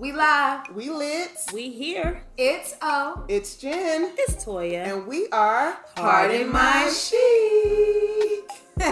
live. We lit. We here. It's oh, O. It's Jen. It's Toya. And we are Pardon My Chic.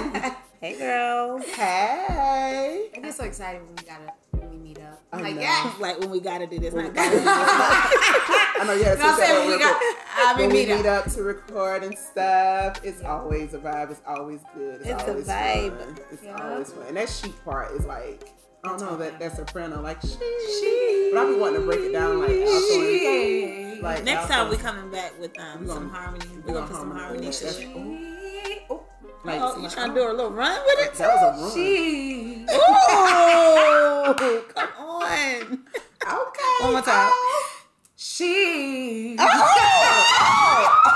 hey, girls. hey. I get so excited when we gotta when we meet up. I'm I like, know. yeah. Like when we gotta do this, When we not gotta do I know you had You know what I'm saying? When we got, I mean, when we meet meet up. up to record and stuff, it's always a vibe. It's always good. It's, It's a always vibe. Fun. It's Yeah. always fun. And that chic part is like, I don't know that that's a friend. I'm like, she. Chic. But I be wanting to break it down like, also, Shit. Oh, like Next also- time we coming back with um, We some gonna- harmony. we gonna We're gonna put some harmonize. harmony to That's- it. Oh, Like, Oh, you trying to do a little run with it? that was a room. she. Ooh, come on. Okay. Oh, One more time. She. oh.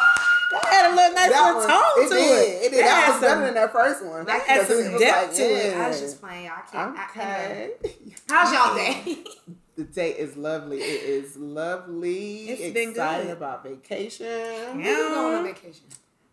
That had a little nice that little was, tone it to did. it. It did. That had was better some- than that first one. That had Because some was depth like, to it. yeah. I was just playing. Y'all can't. I, Okay. I, how's y'all day? The day is lovely. It is lovely. It's been Excited good. about vacation. Yeah. I'm going on vacation.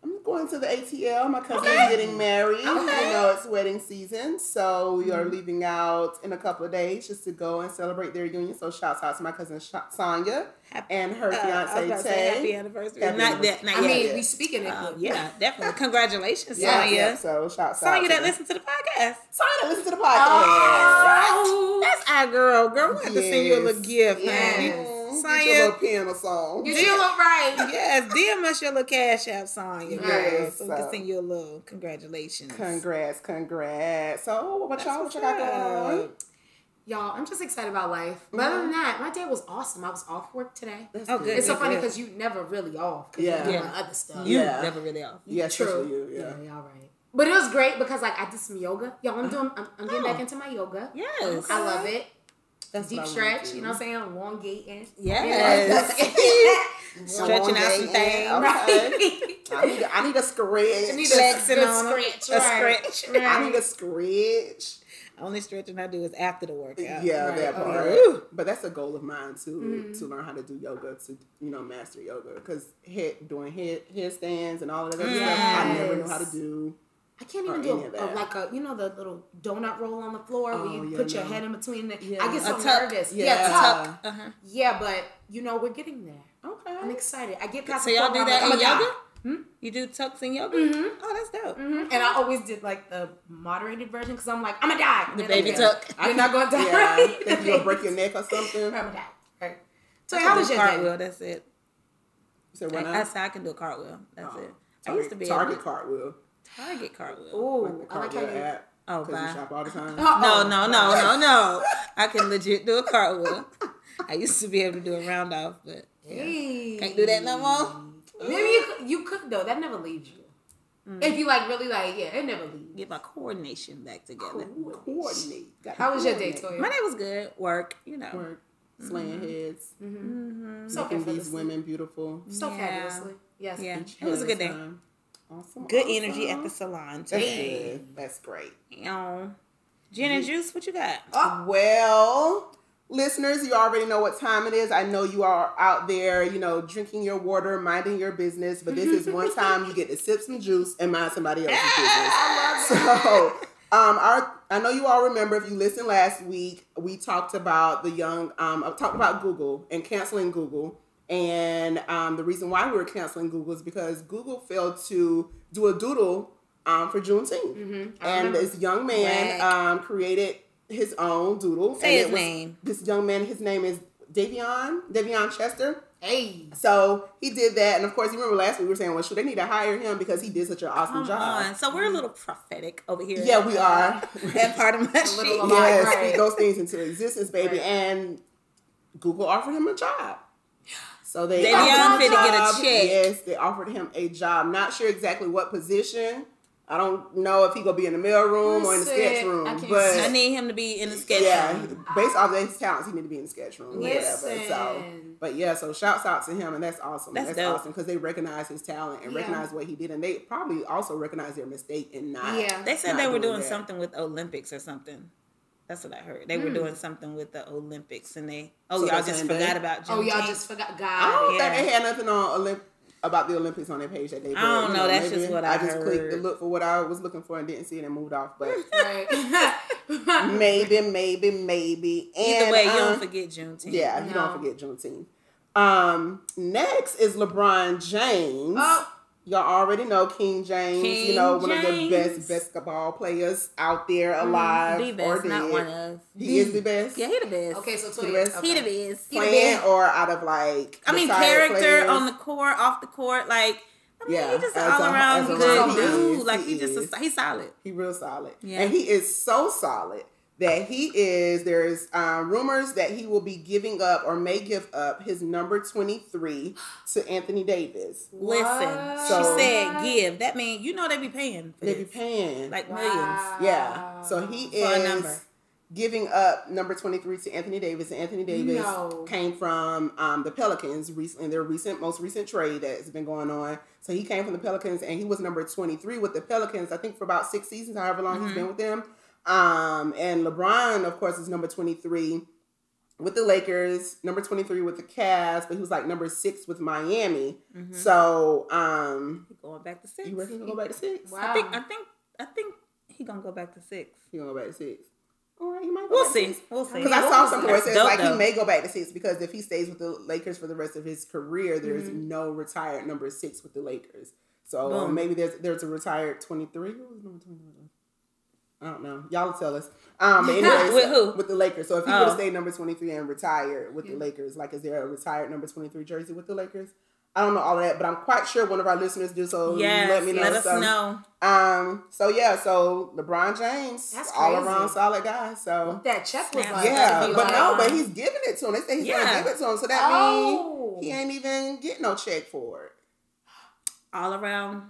I'm going to the ATL. My cousin's getting married. You know, it's wedding season. So we are Mm-hmm. leaving out in a couple of days just to go and celebrate their reunion. So shouts out to my cousin Sha- Sonya Happy- and her Uh, I was about to fiance say happy Tay. anniversary. Happy Not that. Not I yet. mean, yeah. we speaking it. Um, but- yeah, definitely. Congratulations, Yeah, Sonya. yeah, So shouts out. Sonya to that them. listen to the podcast. Sonya, listen to the podcast. Oh, That's our girl. Girl, we have to send you a little Yes. gift, Yes. honey. Mm, Sonya- Get your little piano song. you feel all right. Yes, DM us your little cash app, Sonya. girl, Yes, so we can so- send you a little congratulations. Congrats, congrats. So what about That's y'all? What what's y'all got going on? up. Y'all, I'm just excited about life. But other Mm-hmm. than that, my day was awesome. I was off work today. That's Oh, good. It's so Yeah. funny because you never really off. 'cause Yeah. You're doing Um, Yeah. other stuff. You Yeah. never really off. Yeah, especially True. you. Yeah. y'all right. But it was great because like I did some yoga. Y'all, I'm doing. I'm, I'm getting back into my yoga. Yes. I love it. Oh. That's Deep what I stretch. wanna do. You know what I'm saying? Elongating. Yes. Stretching out some things. Okay. I need a, I need a scratch. You need a Flexing good on 'em. scratch, A right. scratch. Right. I need a scratch. Only stretching I do is after the Yeah, workout. Right. that Okay. part. Ooh. But that's a goal of mine too, Mm-hmm. to learn how to do yoga, to you know, master yoga. Because head doing head headstands and all of that other stuff, I never knew how to Yes. do. I can't Or even any do of a, a- that. like a you know the little donut roll on the floor Oh, where you yeah, put your no. head in between. The, Yeah. I get A so tuck. nervous. Yeah, Yeah. tuck. Uh, Uh-huh. Yeah, but you know we're getting there. Okay. I'm excited. I get past So the y'all point do where I'm that in like, yoga? Hmm? You do tucks in yoga? Mhm. Oh, that's dope. "I'm gonna die." Mhm. And I always did like the moderated version because I'm like I'm gonna die. The And baby I'm tuck. You're not gonna die. Yeah, right? if you gonna break your neck or something. I'm You gonna die. Right. So how was your day? cartwheel. That's it. said I, why I not? said I can do a cartwheel. That's Oh. it. I used to be Target able cartwheel. to target cartwheel. Ooh, I like how Cartwheel you. app. Oh, Because you bye. shop all the time. No, no, no, no, no. I can legit do a cartwheel. I used to be able to do a round off, but yeah. Can't do that no more. Maybe you could, you could though. That never leaves you. If you like really like, yeah, it never leaves. get my coordination back together. Coordinate. Gotta How was your day, Toya? coordinate. My day Mm-hmm. was good. Work, you know. Work, slaying heads, Mhm. so making these fabulously. women beautiful. Mm-hmm. So Yeah. fabulously. Yes. Yeah, Each it was a head good day. at time. Awesome. Good awesome. energy at the salon That's today. good. That's great. Um, Gin and juice, what you got? Oh, well, listeners, you already know what time it is. I know you are out there, you know, drinking your water, minding your business, but this is one time you get to sip some juice and mind somebody else's business. So, um, our I know you all remember if you listened last week, we talked about the young, um, I talked about Google and canceling Google. And um, the reason why we were canceling Google is because Google failed to do a doodle um, for Juneteenth. Mm-hmm. And Uh-huh. this young man Whack. um, created his own doodle. and Say his it was- name. This young man, his name is Davion, Davion Chester. Hey. So he did that. And of course, you remember last week we were saying, well, should they need to hire him because he did such an awesome Come job. on. So we're a little prophetic over here. Yeah, we are. That part of my sheet. little- yes, Right. speak those things into existence, baby. Right. And Google offered him a job. So they They offered him unfit to get a job. check. Yes, they offered him a job. Not sure exactly what position. I don't know if he gonna be in the mail room or in the Listen, sketch I room, can't but I need him to be in the sketch. yeah, room. based off of his talents, he need to be in the sketch room. or Whatever. So, Listen. but yeah, so shouts out to him, and that's awesome. That's, That's dope. awesome because they recognize his talent and Yeah. recognize what he did, and they probably also recognize their mistake in not. Yeah. Oh, They said not they were doing doing that. something with Olympics or something. That's what I heard. They were doing something with the Olympics, and they oh So y'all the just same day? forgot about. Juneteenth. Oh, y'all just forgot. I God. don't think they had nothing on Olymp- about the Olympics on their page that day. but, don't you know, that's maybe just what I I just clicked heard. to look for what I was looking for and didn't see it and moved off. But Right. maybe, maybe, maybe. And, Either way, you um, don't forget Juneteenth. Yeah, you No. don't forget Juneteenth. Um, next is LeBron James. Oh. Y'all already know King James. you King know one of the James. Mm, best basketball players out there, alive The or best, dead. not one of. he is the best. Yeah, he the best. Okay, so Toya. He the best. okay. he the best. playing best. or out of like. I mean, retired character players. on the court, off the court, like. I mean, Yeah, he just as an a- all around as a good whole, he dude. is, like he he just is. a, he's solid. He real solid. Yeah. And he is so solid that he is there's um, rumors that he will be giving up or may give up his number 23 to Anthony Davis. Listen, So- she said give. That means you know they be paying. For They be this. paying. like Wow. millions. yeah. So he For a is number. giving up number 23 to Anthony Davis. And Anthony Davis No. came from um, the Pelicans recent, in their recent most recent trade that's been going on. So he came from the Pelicans and he was number 23 with the Pelicans, I think for about six seasons, however long he's Mm-hmm. been with them. Um, and LeBron, of course, is number 23 with the Lakers, number 23 with the Cavs, but he was like number six with Miami. Mm-hmm. So um, Going back to six. you reckon he'll go back to six? Wow. I think I think I think he gonna go back to six. He gonna go back to six. All right, he might go We'll back to see. six. We'll see. Because I saw something where it That's says dope, like he though. may go back to six because if he stays with the Lakers for the rest of his career, there's no retired number six with the Lakers. So Mm-hmm. um, Boom. maybe there's there's a retired twenty three. I don't know. Y'all tell us. Um, but anyways, With who? With the Lakers. So if he would have Oh. stayed number twenty three and retired with the Lakers, like is there a retired number twenty three jersey with the Lakers? I don't know all of that, but I'm quite sure one of our listeners do. So Yes, let me know. us So, know. Um. So yeah. So LeBron James, That's all crazy. around solid guy. So that check was Yeah. like. yeah, that'd be but like- no, but he's giving it to him. They say he's Yeah. gonna give it to him, so that Oh. means he ain't even getting no check for it. All around.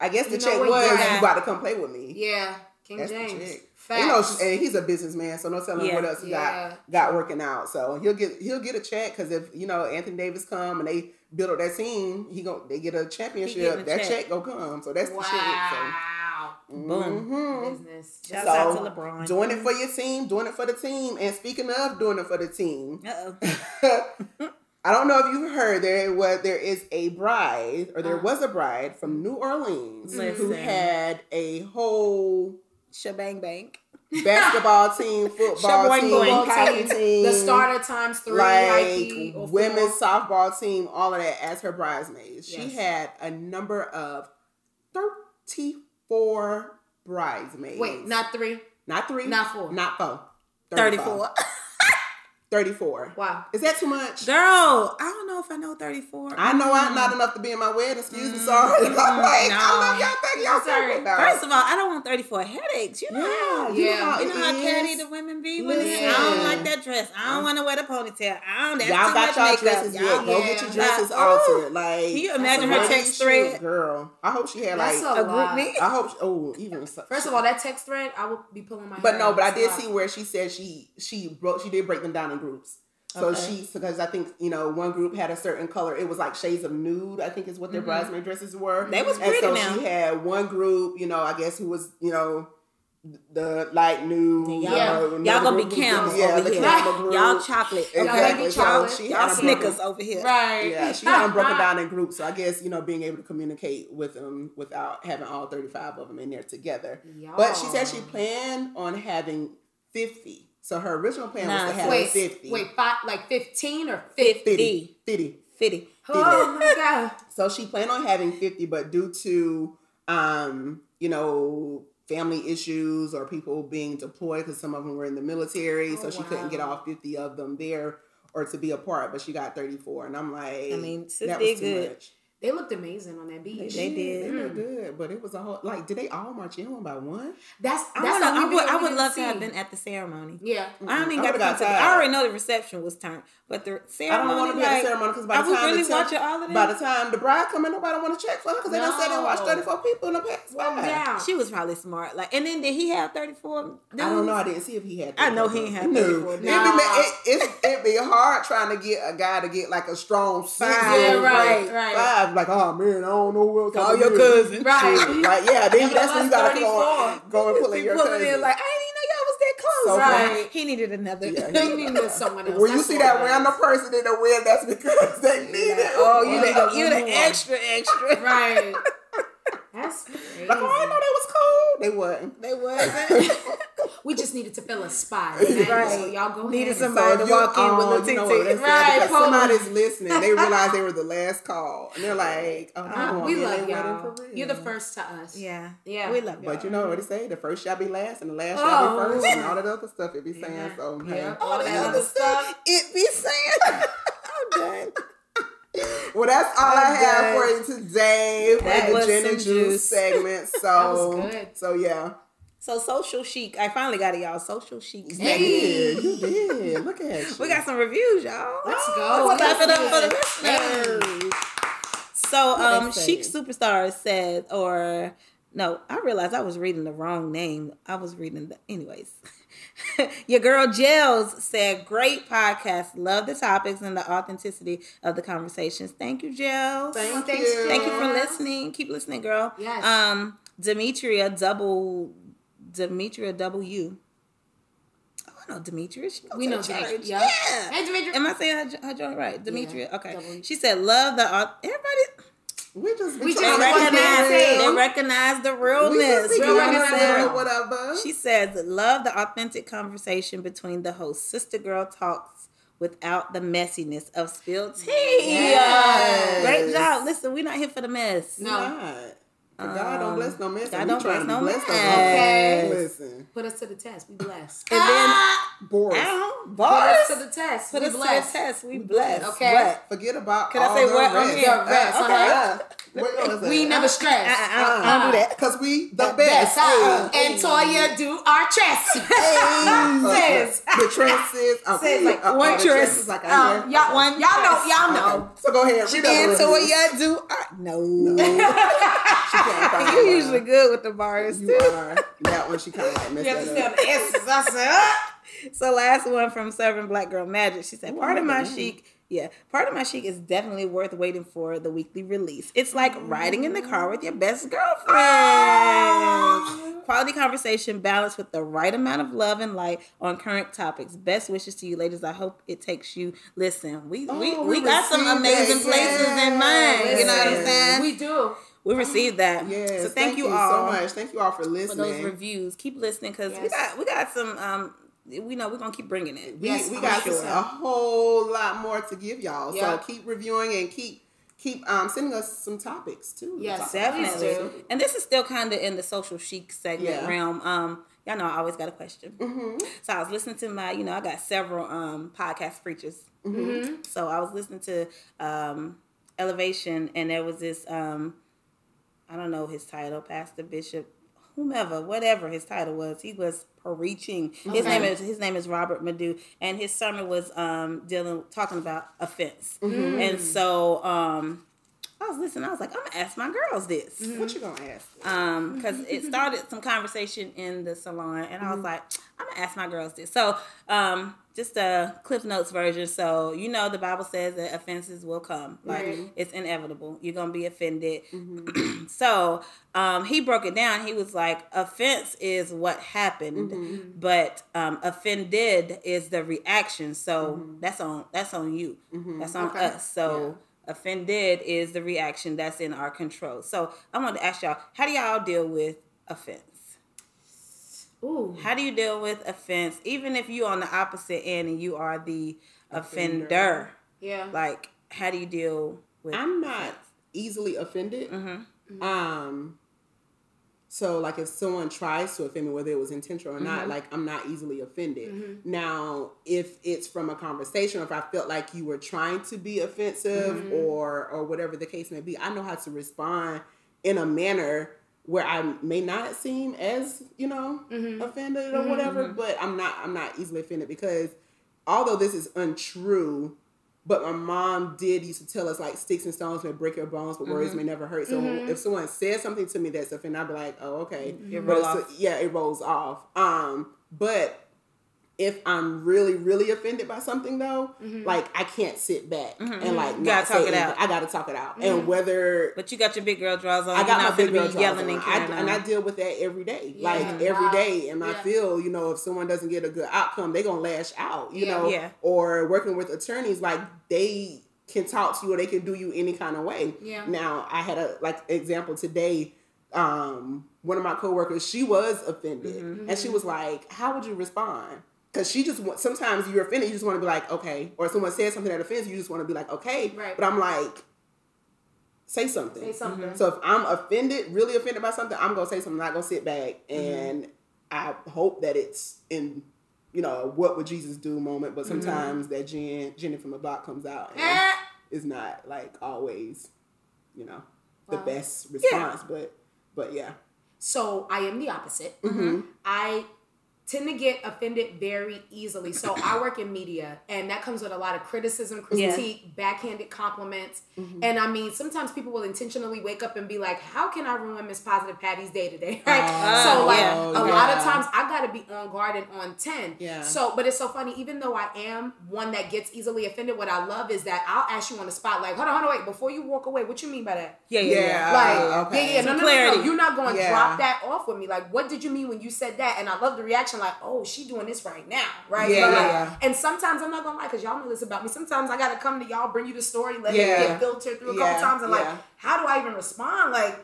I guess the You know check what, was yeah. you about to come play with me. Yeah, King That's the James. check. You know, Facts. and he's a businessman, so no telling Yeah. what else he Yeah. got got working out. So he'll get he'll get a check because if you know Anthony Davis come and they build up that team, he go they get a championship. getting a that check. check go come. So that's the check. wow. So Boom. mhm. Business. Shout So, out to LeBron. Doing it for your team, doing it for the team. And speaking of doing it for the team, Uh-oh. I don't know if you've heard there was there is a bride or there Uh. was a bride from New Orleans who Listen. had a whole Shebang bank. basketball team, football Shaboing team, boing. hockey team, The starter times three, like like, or four. women's softball team, all of that as her bridesmaids. She Yes. had a number of thirty four bridesmaids. Wait, not three, not three, not four. not four. 34. 34. Wow. Is that too much? Girl, I don't know if I know 34. I know I'm not enough to be in my wedding. Excuse me, sorry. I'm like, I Mm-hmm. no. love y'all. Thank y'all sorry. Sorry. about. First of all, I don't want 34 headaches. You know yeah, how you Yeah. know how, you know how it catty is. the women be with it. I Listen. don't like that dress. I don't want to wear the ponytail. I don't. That's Y'all got too much y'all makeup. dresses Y'all- yet. Go yeah. get your dresses Like, altered. Like, Can you that's imagine a her lot of text shit, thread? girl? I hope she had That's like A a group lot. me. I hope. She, oh, even so- First of all, that text thread, I would be pulling my. But hair no, out. but I That's did a lot. see where she said she she broke she did break them down in groups. So Okay. she because I think you know one group had a certain color. It was like shades of nude. I think is what their Mm-hmm. bridesmaid dresses were. They was Um, and pretty so now. she had one group. You know, I guess who was you know the light nude. Y'all, you Yeah. know, y'all another gonna group be was- camels Yeah, over the here. camel group. Y'all chocolate. Exactly. Okay? baby So chocolate. she had Y'all them Snickers broken- over here. Right. Yeah, she had them broken down in groups. So I guess you know being able to communicate with them without having all thirty five of them in there together. But she said she Y'all. planned on having 50. So her original plan was to Nice. have Wait, 50. wait, five, like fifteen or fifty. 50. 50. 50. Oh my god. So she planned on having 50, but due to, um, you know, family issues or people being deployed, because some of them were in the military, so Oh, she couldn't get wow. all 50 of them there or to be a part, but she got 34. And I'm like, I mean, sis that did was too good. much. They looked amazing on that beach. They did. Hmm. They did good, but it was a whole, like, did they all march in one by one? That's that's I, wanna, the I only would, thing I would didn't love see. to have been at the ceremony. Yeah. I don't even I got to would've come got to the, tired. I already know the reception was turned, but the I ceremony. don't want to be at like, the ceremony because by I the was time really the temp- watching all of by the that. time the bride come in, nobody want to check for her because they done said they watched No. thirty four people in the past. Well, five. down. She was probably smart. Like, and then did he have thirty four? I don't know. I didn't see if he had. I know he ain't had no. 34. It'd be, Nah. it, it's- it'd be hard trying to get a guy to get like a strong six. Five. or Yeah, right, like right. Five. Like, oh man, I don't know who else. I Call can your get. cousin. Right. Like, yeah. Then but that's when that's you gotta go, go and pull in He your pulling cousin. in like, So I didn't even know y'all was that close. funny. Right. He needed another. Yeah, he- They needed someone else. when you That's see what that it was. random person in the wind, that's because they need it. oh, you Like, the, you the extra extra. Right. That's crazy. oh, I know they was cool. They wasn't. They wasn't. We just needed to fill a spot. Right. So y'all go Needed ahead. some- Somebody if to you- walk in with oh, a you tick-tick. know what, that's sad Right, because Polo. Somebody's listening. They realize they were the last call, and they're like, "Oh, Uh, come on, we man, love they waiting y'all. for real. You're the first to us. Yeah. Yeah. We love But y'all. you know what they say: the first shall be last, and the last shall Oh. be first, and all that other stuff. It be saying Yeah. so. hey, Yeah. All All that that other stuff. It be saying. I'm done. Well, that's all I I'm have for you done. today for That the was gin and some juice juice. segment. So, was good. so yeah, So social chic. I finally got it, y'all. Social chic. You Hey. did. you did. Look at you. We got some reviews, y'all. Let's go. Let's clap it up for the Yes. listeners. So, What they um, Chic say? Superstar said, or no, I realized I was reading the wrong name. I was reading the, anyways. Your girl Gels said, "Great podcast. Love the topics and the authenticity of the conversations. Thank you, Gels. Thank Thanks, you. Thank you for Yes. listening. Keep listening, girl. Yes. Um, Demetria double Demetria double U. Oh, I know Demetria. She goes We to know the Jake. church. Yep. Yeah. Hey, Demetri- Am I saying her, her joint right? Demetria. Okay. double- She said, "Love the au- everybody. We just We just trying They to want keep recognize. it real. They recognize the We just realness. be You know doing what I'm recognizing saying? the whatever, whatever. She says, "Love the authentic conversation between the hosts. Sister girl talks." Without the messiness of spilled tea. Yes. Great job. Listen, we're not here for the mess. No. God. God don't bless no mess. God and we don't trying bless to no bless mess. the Lord. Okay. Listen, Put us to the test. We blessed. And then Boris, Ow, Put us bars. to the test. Put we us to the blessed. test. We blessed. Okay. What? forget about. Can I all say the what? I'm Rest. here, rest, Uh, uh-huh. okay. What was We that? never stress. I, I, uh-uh, I, Uh, don't do that. Cause we the, best. Uh, oh. Uh, and Toya do our test. Hey. Sis. Uh-uh. The trances. Uh, Sis, like, uh, one uh, the trans- trances, Like, I Um, hear. y'all, One y'all know, test. y'all Okay. know. So go ahead. Read that And one. so what y'all do? I, no. She can't find You're one. usually good with the bars You too. are. That one she kind of like messed that up. the S's. I said, ah. So last one from Southern Black Girl Magic. She said, Ooh, "Part of look at my that. chic." Yeah, part of my chic is definitely worth waiting for the weekly release. It's like riding in the car with your best girlfriend. Quality conversation balanced with the right amount of love and light on current topics. Best wishes to you, ladies. I hope it takes you. Listen, we we, Oh, we, we got some received amazing that. places in mind. You know what I'm Listen. saying? We, We do. received that. Yes. so thank, you so all much. Thank you all for for listening. those reviews. Keep listening because we Yes. got we got some. Um, we know we're gonna keep bringing it. we, Yes, we for got sure. just a whole lot more to give y'all. Yeah. So keep reviewing and keep keep um, sending us some topics too. Yes, Talk about. Please Definitely. do. And this is still kind of in the social chic segment Yeah. realm. Um, y'all know I always got a question. So I was listening to my, you know, I got several um podcast preachers. So I was listening to um Elevation, and there was this um, I don't know his title, Pastor Bishop, whomever, whatever his title was. He was preaching. His Okay. name is his name is Robert Madu, and his sermon was um dealing talking about offense. And so um. I was listening. I was like, I'm gonna ask my girls this What you gonna ask? um because it started some conversation in the salon and i was like i'm gonna ask my girls this so um just a cliff notes version so you know the bible says that offenses will come like Right. it's inevitable you're gonna be offended Mm-hmm. so um he broke it down he was like offense is what happened Mm-hmm. but um offended is the reaction so Mm-hmm. that's on that's on you that's on Okay. us so offended is the reaction that's in our control. So I wanted to ask y'all, how do y'all deal with offense? Ooh. How do you deal with offense, even if you on the opposite end and you are the offender? Offender. Yeah. Like, how do you deal with? Mm-hmm. I'm not easily offended. Um, so like if someone tries to offend me, whether it was intentional or not, like I'm not easily offended. Now, if it's from a conversation, or if I felt like you were trying to be offensive or or whatever the case may be, I know how to respond in a manner where I may not seem as you know offended or whatever, but I'm not I'm not easily offended because although this is untrue, but my mom did used to tell us like sticks and stones may break your bones, but Mm-hmm. words may never hurt. So if someone says something to me that's offending, I'd be like, oh okay, It But roll it's- yeah, it rolls off. Um, but if I'm really, really offended by something though, like I can't sit back and like You not Mm-hmm. gotta say talk it anything. out. Mm-hmm. I gotta talk it out, and whether But you got your big girl drawers on. I got You're my not big finna girl be draws yelling and on. I, carrying and I on. deal with that every day, Yeah. like every Wow. day. And I Yeah. feel, you know, if someone doesn't get a good outcome, they gonna lash out, you Yeah. know. Yeah. Or working with attorneys, like they can talk to you or they can do you any kind of way. Yeah. Now I had a like example today. um, one of my coworkers, she was offended, Mm-hmm. and she was like, "How would you respond?" Because she just want, sometimes you're offended, you just want to be like, "Okay," or someone says something that offends you, you just want to be like, "Okay." Right. But I'm like, say something. Mm-hmm. Say something. So if I'm offended, really offended by something, I'm gonna say something. I'm not gonna sit back, Mm-hmm. and I hope that it's in. You know what would Jesus do moment, but Mm-hmm. sometimes that Jen Jenny from the block comes out. And Eh. is not like always, you know, the Wow. best response. But but yeah. So I am the opposite. Mm-hmm. Mhm. I tend to get offended very easily. So I work in media, and that comes with a lot of criticism, Yeah. Mm-hmm. critique, backhanded compliments. And I mean, sometimes people will intentionally wake up and be like, "How can I ruin Miss Positive Patty's day today?" Right? Oh, so like Ah, yeah. a lot of yeah. times I gotta be on guard and on ten. Yeah. So, but it's so funny. Even though I am one that gets easily offended, what I love is that I'll ask you on the spot, like, "Hold on, hold on, wait! Before you walk away, what you mean by that?" Yeah, yeah, Yeah. yeah. Like, Uh, okay. yeah, yeah, no, Some no, no, no, no, clarity. you're not going to Yeah. drop that off with me. Like, what did you mean when you said that? And I love the reaction, like, oh, she doing this right now, right? Yeah, But, yeah, like, yeah. And sometimes I'm not gonna lie, cause y'all know this about me. Sometimes I gotta come to y'all, bring you the story, let Yeah. it get filtered through a Yeah, couple times, and yeah. like, how do I even respond? Like,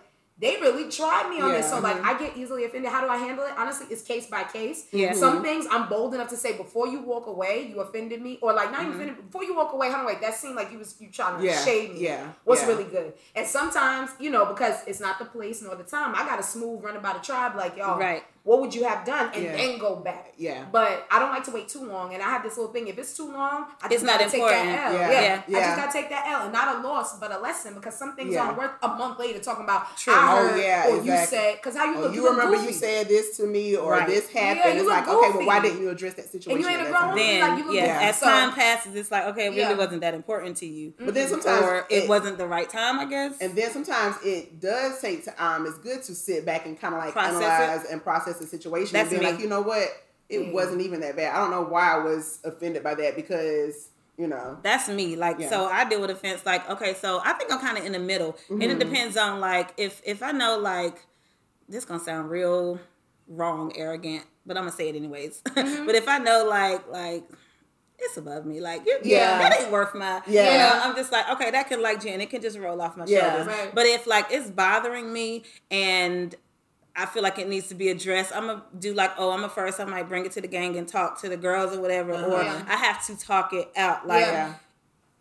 they really tried me on this, Yeah. mm-hmm. so like, I get easily offended. How do I handle it? Honestly, it's case by case. Yeah. mm-hmm. Some things I'm bold enough to say before you walk away, you offended me, or like not even offended before you walk away. Hold on, wait, that seemed like you was you trying to Mm-hmm. Yeah, shade me. yeah, What's yeah. really good. And sometimes, you know, because it's not the place nor the time, I got a smooth run about a tribe like, y'all, Right. what would you have done? And Yeah. then go back. Yeah. But I don't like to wait too long. And I have this little thing if it's too long, I It's just not gotta take important. that L. Yeah, Yeah. yeah. I just gotta take that L. And not a loss, but a lesson because some things Yeah. aren't worth a month later talking about True. I Oh, heard, yeah, or you exactly. said because how you Oh, look you look remember you goofy. said this to me or Right. this Yeah, happened. you it's look like, okay, well, goofy. why didn't you address that situation? ain't at a that time? grown Then Like, you look yeah, at it, as so- time passes, it's like okay, it really Yeah. wasn't that important to you, But then sometimes or it, wasn't the right time, I guess. And then sometimes it does take time. It's good to sit back and kind of like Process it. analyze and process the situation That's and be me. Mm. like, you know what? It wasn't even that bad. I don't know why I was offended by that because, you know, That's me. Like Yeah. so I deal with offense like okay, so I think I'm kind of in the middle. And Mm-hmm. it depends on like if if I know like this going to sound real wrong, arrogant, but I'm going to say it anyways. Mm-hmm. but if I know like like it's above me. Like you Yeah. yeah, that ain't worth my. Yeah. Yeah, you know, I'm just like okay, that can like Jen, it can just roll off my Yeah. shoulders. Right. But if like it's bothering me and I feel like it needs to be addressed. I'm gonna do like, oh, I'm a first. I might bring it to the gang and talk to the girls or whatever, or Uh-huh. Yeah. I have to talk it out. Like, Yeah.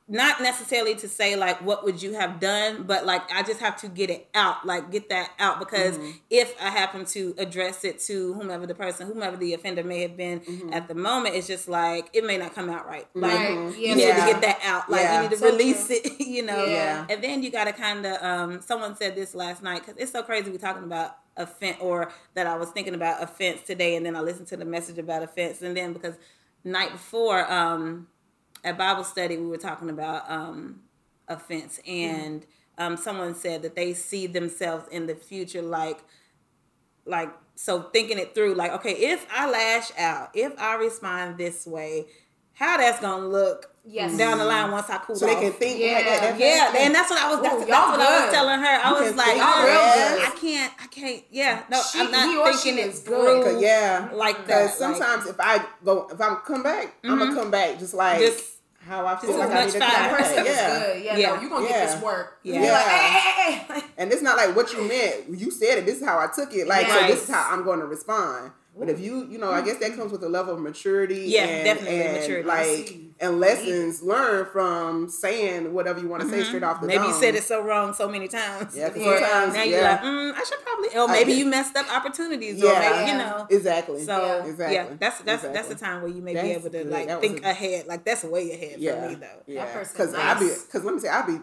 not necessarily to say like what would you have done but like i just have to get it out like get that out because Mm-hmm. if i happen to address it to whomever the person whomever the offender may have been at the moment it's just like it may not come out right like Mm-hmm. Right, you yeah. need Yeah. to get that out like Yeah. you need to So release true. it you know Yeah. and then you gotta kind of um someone said this last night because it's so crazy we talking about offense or that i was thinking about offense today and then i listened to the message about offense and then because night before um at Bible study, we were talking about um, offense, and um, someone said that they see themselves in the future like, like so thinking it through, like, okay, if I lash out, if I respond this way, how that's gonna look Yes. down the line once I cool So they off. can think Yeah. like that. that yeah, fast. and that's what I was. That's, Ooh, that's y'all what I good. was telling her. I You was can like, think Y'all real oh, fast. I can't, I can't. Yeah, no, She- I'm he or not she thinking it is good. through. yeah. like that. Because like- Mm-hmm. sometimes if I go, if I'm come back, I'm gonna come back just like Just- how I feel just like as I much need to fire. come That person back. is Yeah. good. Yeah, Yeah. no, you gonna Yeah. get this work. Yeah. You're like, Yeah. hey, hey, hey, hey. And it's not like what you meant. You said it. This is how I took it. Like so, this is Right. Mm-hmm. how I'm going to respond. But if you, you know, I guess that comes with a level of maturity. Yeah, and, definitely and, maturity. Like See. and lessons learned from saying whatever you want to say straight off the mm-hmm. Maybe you dome. said it so wrong so many times. Yeah, 'cause before sometimes, now yeah. you're like, mm, I should probably, or I maybe get- you messed up opportunities, or Yeah. maybe Yeah. you know. Exactly. oh, So yeah, exactly. that's that's that's Exactly. the time where you may be That's able to good. like That was think a- ahead. Like that's way ahead yeah. for me though. Yeah. person Because I be nice. because let me say I be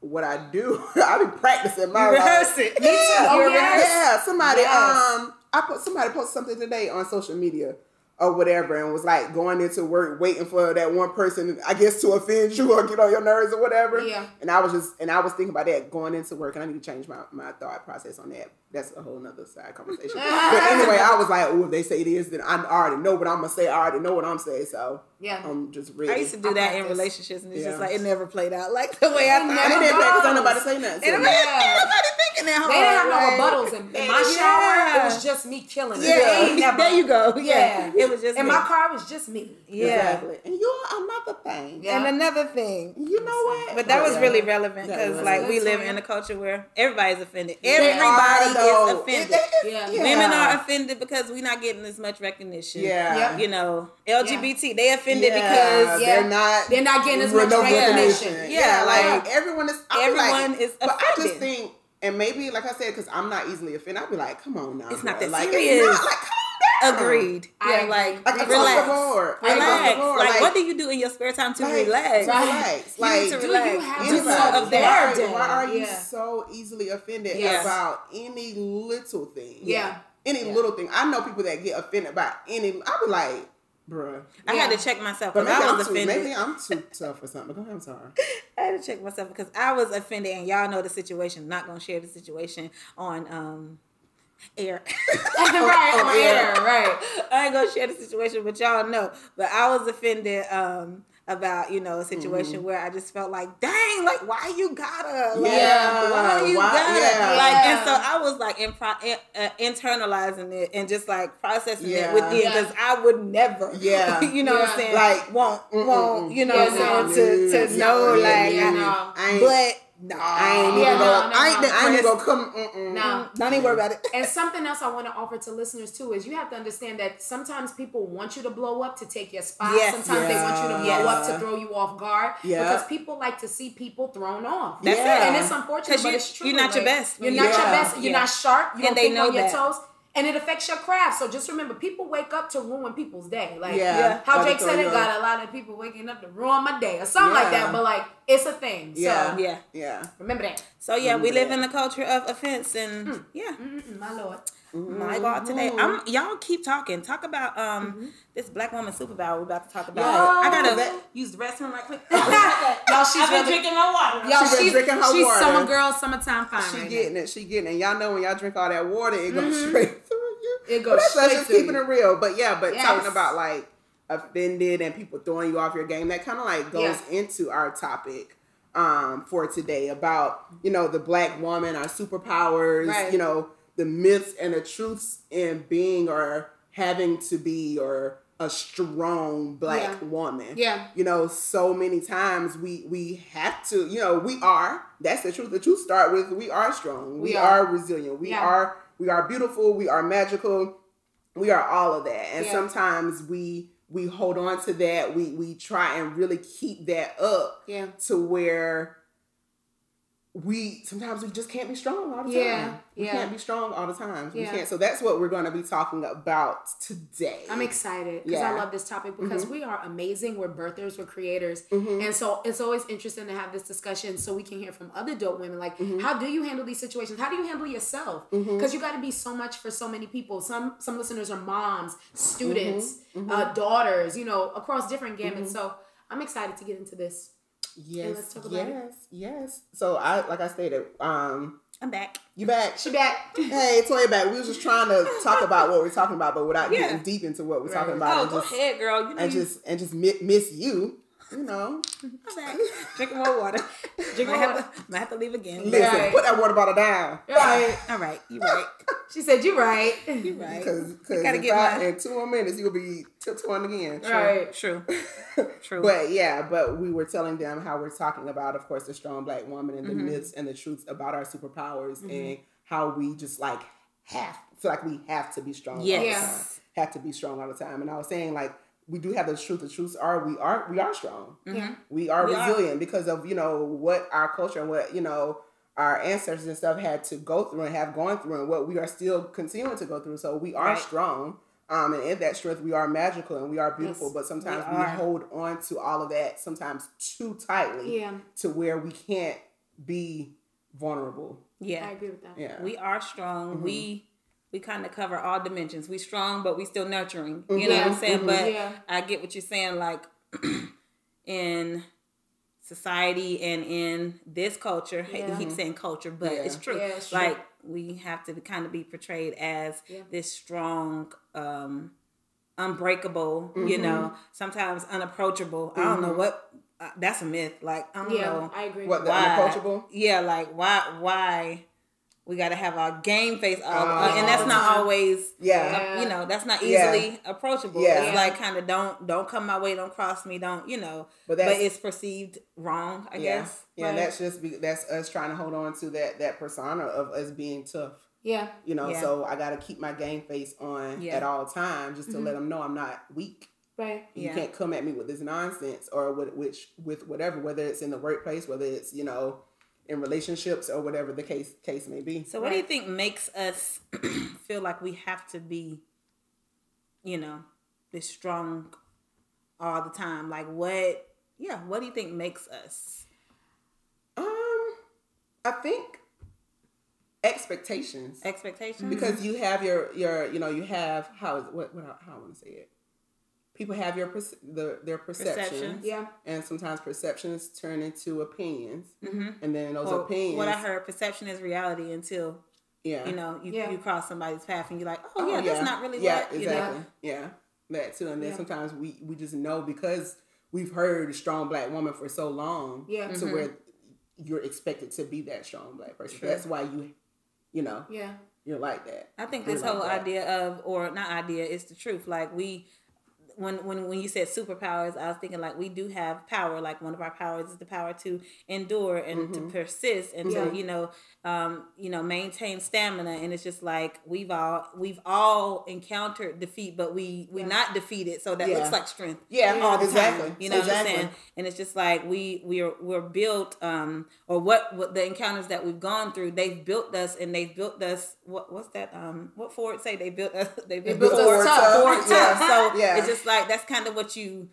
what I do. I be practicing my You life. rehearse it. Yeah. Oh, yes. Yeah. Somebody Yes. um I put somebody posted something today on social media or whatever and was like going into work waiting for that one person I guess to offend you or get on your nerves or whatever. Yeah. And I was just and I was thinking about that going into work and I need to change my, my thought process on that. That's a whole nother side conversation. but anyway, I was like, oh if they say this then I already know what I'm gonna say. I already know what I'm saying. So Yeah. I'm just ready. I used to I do that in practice. relationships, and it's just Yeah. like it never played out like the way I It and thought. it never didn't practice on goes. nobody say nothing. to And I'm me. like, Yeah. nobody working at home. They didn't have right? no rebuttals in, in my shower. It was just me killing it. Yeah, They ain't never- there you go. Yeah, Yeah. it was just And me. my car was just me. Yeah, Exactly. And you're another thing. Yeah. and another thing. You know what? But that was Yeah. really relevant That because, was- like, we that's live real. in a culture where everybody's offended. They Everybody are, is though. offended. It- it- Yeah. Women are offended because we're not getting as much recognition. Yeah. you know, LGBT they offended because Yeah. they're not They're not getting as We're much no recognition. recognition. Yeah, Yeah, like like, everyone is. I be everyone like, is But I just offended. think, and maybe like I said, because I'm not easily offended, I'll be like, come on now, It's not bro. that like, serious. It's not, like, calm down. agreed. I yeah, like, Like across relax, the board. Like, across the relax. board. Like, what do you do in your spare time to like, Right. relax? Relax. You need Like, to Do relax. you have Just to some anybody, of why, that. day. why are you Yeah. so easily offended Yes. about any little thing? Yeah. Any Yeah. little thing. I know people that get offended by any. I be like, bruh. I had Yeah. to check myself But because maybe I I'm, was too, offended. maybe I'm too tough or something. Go ahead, I'm sorry. I had to check myself because I was offended, and y'all know the situation. Not gonna share the situation on um air. right, on air, right. I ain't gonna share the situation, but y'all know. But I was offended um about you know a situation Mm-hmm. where I just felt like, dang, like why you gotta, like, Yeah, why you why- gotta, yeah. like, and so Yeah. I was like impro- in, uh, internalizing it and just like processing Yeah. it within Yeah. because I would never, Yeah. you know what I'm Yeah. saying, Like, won't, mm, won't, mm, you know yeah, what I'm no. saying, to to Yeah, know yeah, like. yeah, I, yeah. know. I ain't, But no, I ain't Yeah, even no, gonna. no, I ain't, no. I ain't even gonna come. Mm-mm. No. Don't even worry about it. And something else I want to offer to listeners too is you have to understand that sometimes people want you to blow up to take your spot. Yes. Sometimes they want you to blow Yeah. up to throw you off guard. Yeah. Because people like to see people thrown off. That's yeah. it. And it's unfortunate, Because but you- it's true. you're not your Like, best You're when not you're- your Yeah. best. You're Yeah. not sharp. You And don't they think know on your that. toes. And it affects your craft. So just remember, people wake up to ruin people's day. Like Yeah. Yeah. how Like, Drake said, throw it you off. got a lot of people waking up to ruin my day or something like Yeah. that. But like it's a thing. Yeah. So Yeah. Yeah. remember that. So yeah, we Mhm. live in a culture of offense, and yeah, Mm-mm, my lord. my God, today Mm-hmm. I'm y'all keep talking, talk about um this black woman superpower we're about to talk about. Yeah. I gotta That- use the restroom right quick. Y'all, she's I've been really- drinking my water. Y'all, She been she's, drinking her she's water. summer girl, summertime fine. She right Mm-hmm. getting it. She getting it. And y'all know when y'all drink all that water, it goes straight through you. It But goes that's straight just through keeping you. it real. But yeah, but Yes. talking about like offended and people throwing you off your game, that kind of like goes Yeah. into our topic um, for today about you know the black woman, our superpowers, Right. you know the myths and the truths in being or having to be or a strong black Yeah. woman Yeah. you know so many times we we have to you know we are that's the truth the truth start with we are strong we, We are. are. resilient we Yeah. are we are beautiful we are magical we are all of that and Yeah. sometimes we we hold on to that we we try and really keep that up Yeah. to where we sometimes we just can't be strong all the Yeah, time we yeah. can't be strong all the time we Yeah. can't so that's what we're going to be talking about today I'm excited because Yeah. Mm-hmm. I love this topic because we are amazing. We're birthers, we're creators. Mhm. And so it's always interesting to have this discussion so we can hear from other dope women. Like, Mm-hmm. how do you handle these situations? How do you handle yourself? Because you got to be so much for so many people. Some some listeners are moms, students, Mm-hmm. Uh, daughters, you know, across different gamuts. So I'm excited to get into this. yes let's talk yes about it. yes so i like i stated um I'm back. You back? She back. Hey, Toya back. We was just trying to talk about what we're talking about, but without Yeah. getting deep into what we're Right. talking Oh, about, go and, just, ahead, girl. You know, and you- just and just mi- miss you. You know, I'm back. drinking more water. Drinking My more water. water. Might have to leave again. listen, Right. put that water bottle down. Right. All right, you right. She said, You're right. You right. Because gotta in, get five- my- in two more minutes you'll be tiptoeing again. Right. True. True. But yeah, but we were telling them how we're talking about, of course, the strong black woman and the myths and the truths about our superpowers and how we just like have feel like we have to be strong. all the time. yes. have to be strong all the time. And I was saying like we do have the truth. The truths are we are we are strong. Mm-hmm. Yeah. We are We are. resilient because of you know what our culture and what you know our ancestors and stuff had to go through and have gone through and what we are still continuing to go through. So we are Right. strong. Um, and in that strength, we are magical and we are beautiful. Yes, but sometimes we we, are. hold on to all of that sometimes too tightly Yeah. to where we can't be vulnerable. Yeah. I agree with that. Yeah. we are strong Mm-hmm. we we kind of cover all dimensions we strong but we still nurturing Mhm. you know what i'm saying Mhm. but Yeah. i get what you're saying like in society and in this culture I hate to keep saying culture but Yeah. it's true Yeah, it's true. like we have to kind of be portrayed as Yeah. this strong um unbreakable you Mm-hmm. know sometimes unapproachable i don't know what uh, that's a myth like i don't Yeah, know I agree. What the why unapproachable? yeah like why why we got to have our game face all, Uh, and that's not always uh, Yeah. you know that's not Yeah. easily approachable Yeah. it's like kind of don't don't come my way don't cross me don't you know But but, that's- it's perceived wrong i Yeah. guess Yeah, Like, that's just be, that's us trying to hold on to that that persona of us being tough. Yeah. You know, Yeah. so I got to keep my game face on Yeah. Mm-hmm. at all times just to let them know I'm not weak. Right. You Yeah. can't come at me with this nonsense or with which with whatever, whether it's in the workplace, whether it's you know in relationships or whatever the case case may be. so what do you think makes us feel like we have to be you know this strong all the time like what yeah what do you think makes us Um, I think expectations expectations because you have your your you know you have how is what what how I want to say it. People have your perce- the, their perception, Perceptions. Yeah. and sometimes perceptions turn into opinions, Mhm. and then those Well, opinions, what i heard perception is reality until yeah, you know you, Yeah. you cross somebody's path and you're like oh yeah, that's not really yeah, what exactly, you know yeah, that too. And then Yeah. sometimes we we just know because we've heard strong black woman for so long, Yeah. to Mm-hmm. where you're expected to be that strong black person. Sure. That's why you, you know, Yeah. you're like that. I think I this like whole that. idea of or not idea is the truth. Like we when when when you said superpowers, I was thinking like we do have power. Like one of our powers is the power to endure and Mm-hmm. to persist and Yeah. to, you know, um, you know, maintain stamina. And it's just like we've all we've all encountered defeat, but we we're not defeated. So that Yeah. looks like strength. Yeah, all the exactly. time. You know exactly. what I'm saying? And it's just like we we're we're built um or what what the encounters that we've gone through, they've built us and they've built us what what's that um what Ford say they built us they built, built us us Forward up. to- Ford yeah. So yeah. it's just like that's kind of what you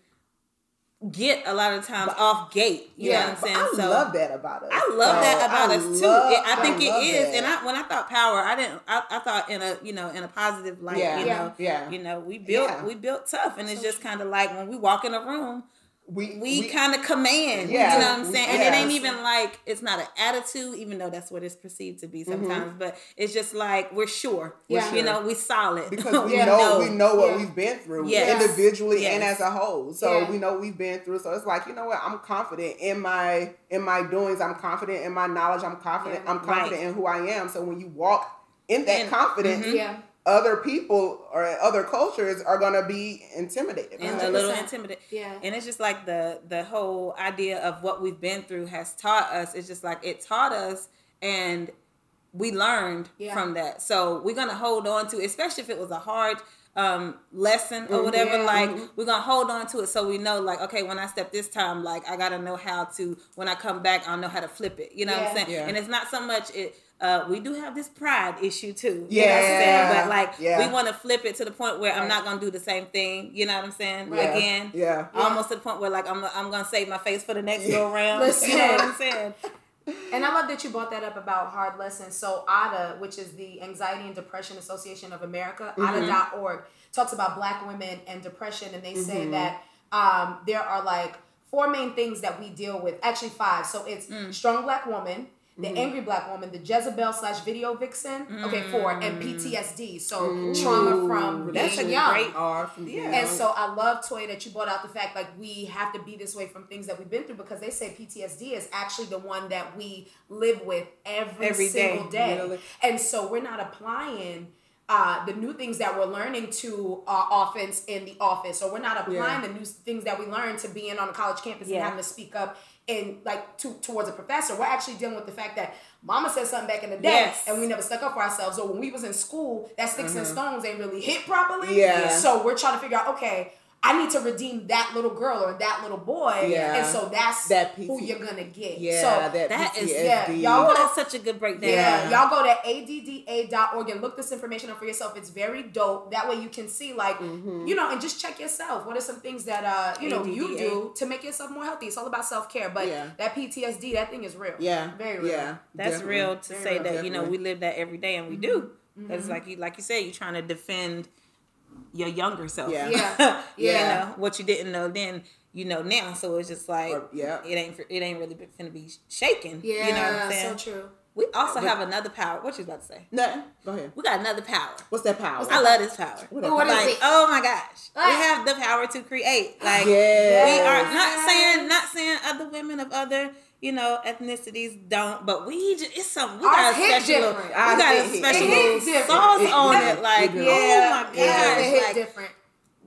get a lot of times off gate. You Yeah, know what But I'm saying? I so love that about us. I love that Like, about I us too. love- It- I think love it is. that. And I when I thought power, I didn't I, I thought in a you know in a positive light, yeah, you Yeah. know. yeah. You know, we built Yeah. we built tough, and it's just kind of like when we walk in a room, we we, kind of command. Yeah. You know what I'm saying? And Yes. it ain't even like it's not an attitude, even though that's what it's perceived to be sometimes. But it's just like we're sure. We're You Mm-hmm. sure. know, we solid. because we Yeah. know we know. know what Yeah. we've been through Yes. individually and Yes. as a whole. So Yeah. we know we've been through. So it's like you know what? I'm confident in my in my doings. I'm confident in my knowledge. I'm confident. Yeah. I'm confident Right. in who I am. So when you walk in that In- confidence, Yeah. other people or other cultures are gonna be intimidated. by and us. a little 100%. intimidated. Yeah. And it's just like the the whole idea of what we've been through has taught us. It's just like it taught us and we learned Yeah. from that. So we're gonna hold on to, especially if it was a hard um lesson or whatever, yeah. like we're gonna hold on to it so we know like, okay, when I step this time, like I gotta know how to when I come back, I'll know how to flip it. You know what I'm Yeah. saying? Yeah. And it's not so much it uh, we do have this pride issue too. You know what I'm Yeah. saying? But like Yeah. we want to flip it to the point where I'm not gonna do the same thing. You know what I'm saying? Yeah. Again. Yeah. Almost to the point where like I'm I'm gonna save my face for the next Yeah. go round. Listen. You know what I'm saying? And I love that you brought that up about hard lessons. So ADA, which is the Anxiety and Depression Association of America, ADA.org, talks about black women and depression, and they say that um, there are like four main things that we deal with. Actually, five. So it's strong black woman. The angry black woman, the Jezebel slash video vixen, okay, four, and PTSD, so trauma from That's being a young. great Are from being- And so I love Toy that you brought out the fact like we have to be this way from things that we've been through because they say PTSD is actually the one that we live with every, Every day, single day. really. And so we're not applying uh, the new things that we're learning to our offense in the office, or we're not applying the new things that we learned to being on a college campus and Yeah. having to speak up and like to, towards a professor. We're actually dealing with the fact that mama said something back in the day Yes. Mm-hmm. and we never stuck up for ourselves. Or when we was in school, that sticks and stones ain't really hit properly. Yeah. So we're trying to figure out, okay, I need to redeem that little girl or that little boy. Yeah. And so that's That who PT. you're gonna get. yeah, so that, that is- PTSD. yeah, y'all- Oh, that's such a good breakdown. yeah. Yeah. y'all go to adda.org and look this information up for yourself. It's very dope. That way you can see, like, you know, and just check yourself. What are some things that uh, you know, you ADDA. do to make yourself more healthy? It's all about self care. But Yeah. that PTSD, that thing is real. yeah, very real. Yeah, That's definitely. real to Very say real. that you Definitely. know Mm-hmm. we live that every day and we do. Because like you like you said, you're trying to defend your younger self. Yeah. Yeah. Yeah. You know, what you didn't know then, you know now. So it's just like Or- yeah. it ain't it ain't really finna be shaken. Yeah, you know what I'm saying? so true. We also have another power. What you about to say? Nothing. Go ahead. We got another power. What's that power? I love this power. that What is like, it? oh my gosh, we Ah. have the power to create. Like, Yes. we are not saying, not saying other women of other you know, ethnicities don't, but we just, it's something, we Ours got a hit special, little- we different. Ours got hit a hit special different. little It hit different. sauce It- on it- it. Like, it yeah, did. oh my Yeah, gosh. they hit like, different.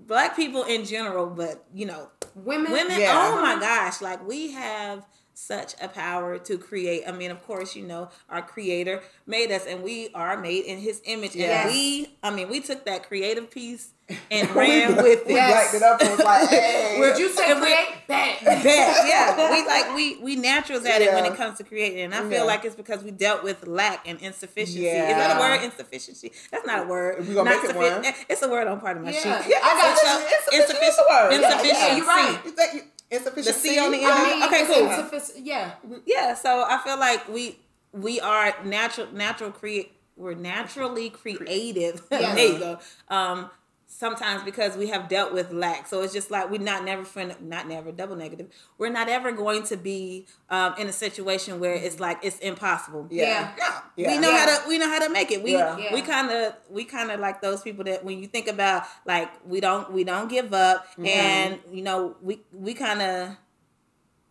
black people in general, but you know, Women, women, Yeah. oh my gosh, like we have such a power to create. I mean, of course, you know, our creator made us and we are made in his image. Yes. And we, I mean, we took that creative piece and ran with we it. Yes. blacked it up and was like, hey. Would you say And we- create? Bet. Bet, yeah. We like we we naturals at it when Yeah. it comes to creating. And I feel Yeah. like it's because we dealt with lack and insufficiency. Is Yeah. that a word? Insufficiency. That's not a word. We gonna Not make it suffi- one. eh, It's a word on part of my Yeah. sheet. Yeah, I got It's you. a- Insufficient is the word. Yeah, Insufficiency. yeah. You're right. You think insufficient? Uh, The C on the end I of it? mean, Okay, it's cool. insuffic- yeah. yeah so i feel like we we are natural natural create we're naturally creative Yes. there you go um sometimes because we have dealt with lack so it's just like we're not never fin- not never double negative we're not ever going to be um in a situation where it's like it's impossible Yeah. no, Yeah. we know Yeah. how to we know how to make it. We Yeah. Yeah. we kind of we kind of like those people that when you think about like we don't we don't give up and you know we we kind of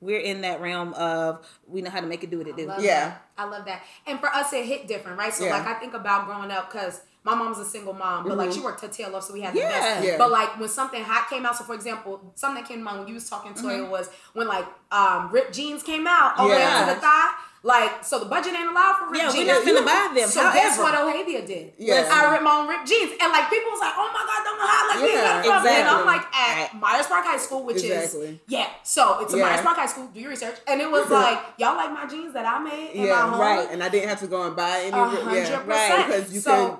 we're in that realm of we know how to make it do what it I do. love Yeah. that. I love that. And for us, it hit different, right? So, Yeah. like, I think about growing up because my mom was a single mom, but like, she worked her tail off, so we had the Mm-hmm. Yeah. best. Yeah. But like, when something hot came out, so for example, something that came to mind when you was talking to Mm-hmm. her was when like um, ripped jeans came out all the way up to Yeah. the thigh. Like, so the budget ain't allowed for ripped Yeah, jeans. we're not finna buy them. So that's However- what Ohavia did. Yeah. I ripped my own ripped jeans, and like people was like, "Oh my god, don't know how like Yeah, yeah, exactly. And I'm exactly. like at Myers Park High School, which is Exactly. yeah. So it's a Yeah. Myers Park High School. Do your research, and it was like y'all like my jeans that I made in my Yeah, home. right. And I didn't have to go and buy any. A real- hundred yeah, percent. Because you So- can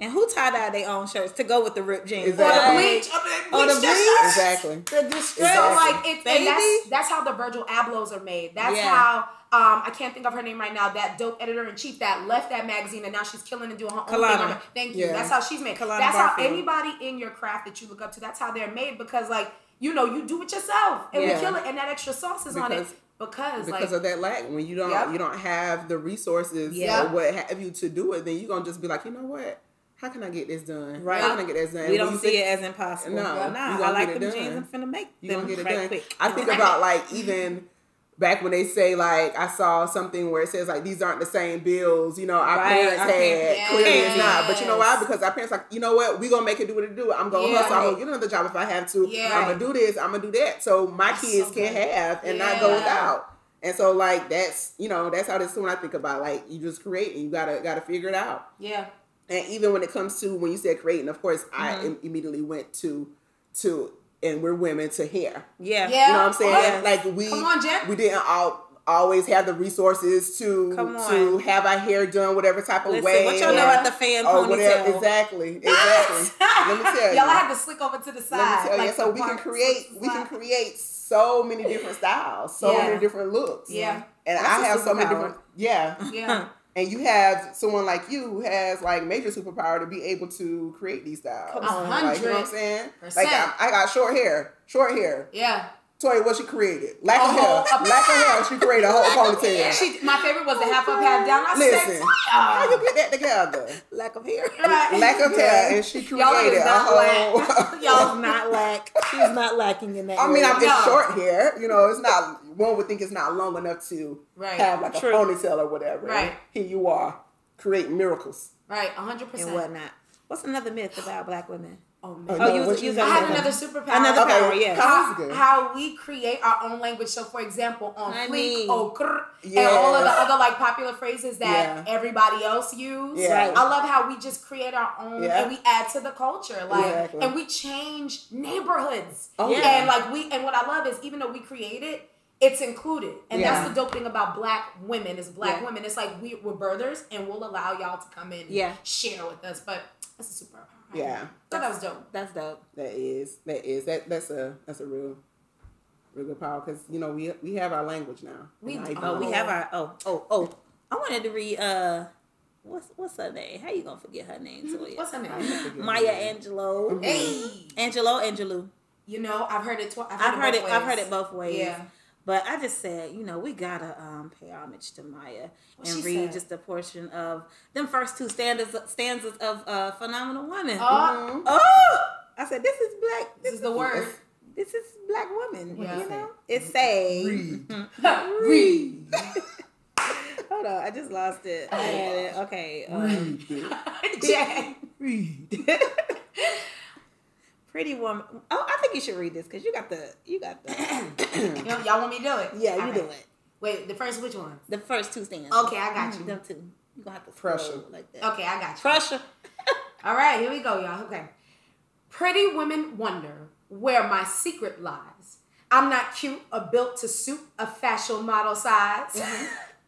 And who tie dye their own shirts to go with the ripped jeans? Exactly. Or the Like, bleach, I mean, Or bleach the just- bleach. exactly. the distress. So Exactly. like it's and Baby. that's that's how the Virgil Ablohs are made. That's Yeah. how um I can't think of her name right now. That dope editor in chief that left that magazine and now she's killing and doing her own Kalana. thing. on it. Thank you. Yeah. That's how she's made. Kalana that's Barfield. how anybody in your craft that you look up to. That's how they're made because like you know you do it yourself and Yeah. we kill it and that extra sauce is on it Because- because, because like of that lack when you don't Yep. you don't have the resources Yep. or what have you to do it then you're gonna just be like you know what how can i get this done Right. how can i get this done we When don't you see think- it as impossible. No, No, you nah, gonna I like get it them jeans. I'm done. finna make you them don't get it right done quick. i think about like even back when they say like i saw something where it says like these aren't the same bills you know our Right, parents our had parents- clearly it's Yes. not but you know why because our parents like you know what we gonna make it do what it do i'm gonna Yeah. hustle i'm gonna get another job if i have to Yeah. i'm gonna do this i'm gonna do that so my That's kids so can good. have and not go Yeah. without and so like that's you know that's how this is when I think about like you just create and you gotta gotta figure it out. yeah. And even when it comes to when you said creating, of course I im- immediately went to to and we're women to hair. yeah, Yeah. You know what I'm saying? Oh, Like we Come on, Jen. we didn't all always have the resources to Come on. to have our hair done whatever type of Listen, way. what y'all know Yeah. about the fan or whatever. ponytail? Exactly. Exactly. Let me tell you. Y'all I had to slick over to the side. Let me tell like you. So the we can part- create we can side. create so many different styles, so Yeah. many different looks. Yeah. And That's I a have so many superpower. different yeah. Yeah. And you have someone like you who has like major superpower to be able to create these styles. Come on. Like, you know what I'm 100%. saying? Like I, I got short hair. Short hair. Yeah. Tori, what she created? Lack of A whole- hair. Lack of hair. She created a whole ponytail. She, my favorite was the half up, half down. I said, Listen, how you "Fire." put that together? lack of hair. Right. Lack of hair, and she Y'all created is a not whole. black. Y'all not lack. She's not lacking in that. I mean, area. I'm just No. short hair. You know, it's not. One would think it's not long enough to Right. have like True. a ponytail or whatever. Right. Here you are, creating miracles. Right, 100%. and whatnot. What's another myth about black women? Oh, man. Oh, Oh, no, you was- what you was I saying? had Okay. another superpower. Another Okay. power, yeah. How How, is it good? how we create our own language. So, for example, on I fleek, mean- oh, grr, and all of the Yes. other like popular phrases that Yeah. everybody else use. Yeah. I love how we just create our own Yeah. and we add to the culture, like, Exactly. and we change neighborhoods. Oh, yeah. Yeah. And like we, and what I love is even though we create it, it's included, and that's Yeah. the dope thing about black women is black Yeah. women. It's like we, we're birthers, and we'll allow y'all to come in, and Yeah. share with us. But that's a superpower. Yeah, thought that was dope. That's dope. that is that is that that's a that's a real, real good power because you know we we have our language now. We And I do. don't Oh, we know. have our oh oh oh. I wanted to read uh, what's what's her name? How you gonna forget her name? Toya? What's her name? Maya Angelou. Hey, Angelo Angelou. you know I've heard it. Tw- I've heard, I've heard both it. I've ways. heard it both ways. Yeah. But I just said, you know, we gotta um, pay homage to Maya What and she read said? just a portion of them first two standards stanzas of uh, "Phenomenal Woman." Oh, Mhm. Oh, I said, this is black. this is the word. this is black woman. Yeah. You know, it's say. Read. Hold on, I just lost it. I had Oh. it. Okay. Um, Read. Jack. Read. Pretty woman. Oh, I think you should read this because you got the you got the You know, y'all want me to do it? yeah. You Okay. do it. Mm. Wait, the first which one? The first two things. Okay, I got you. Them two. You gonna have to Pressure. scroll like that. Okay, I got you. Pressure. All right, here we go, y'all. Okay. Pretty women wonder where my secret lies. I'm not cute or built to suit a fashion model size.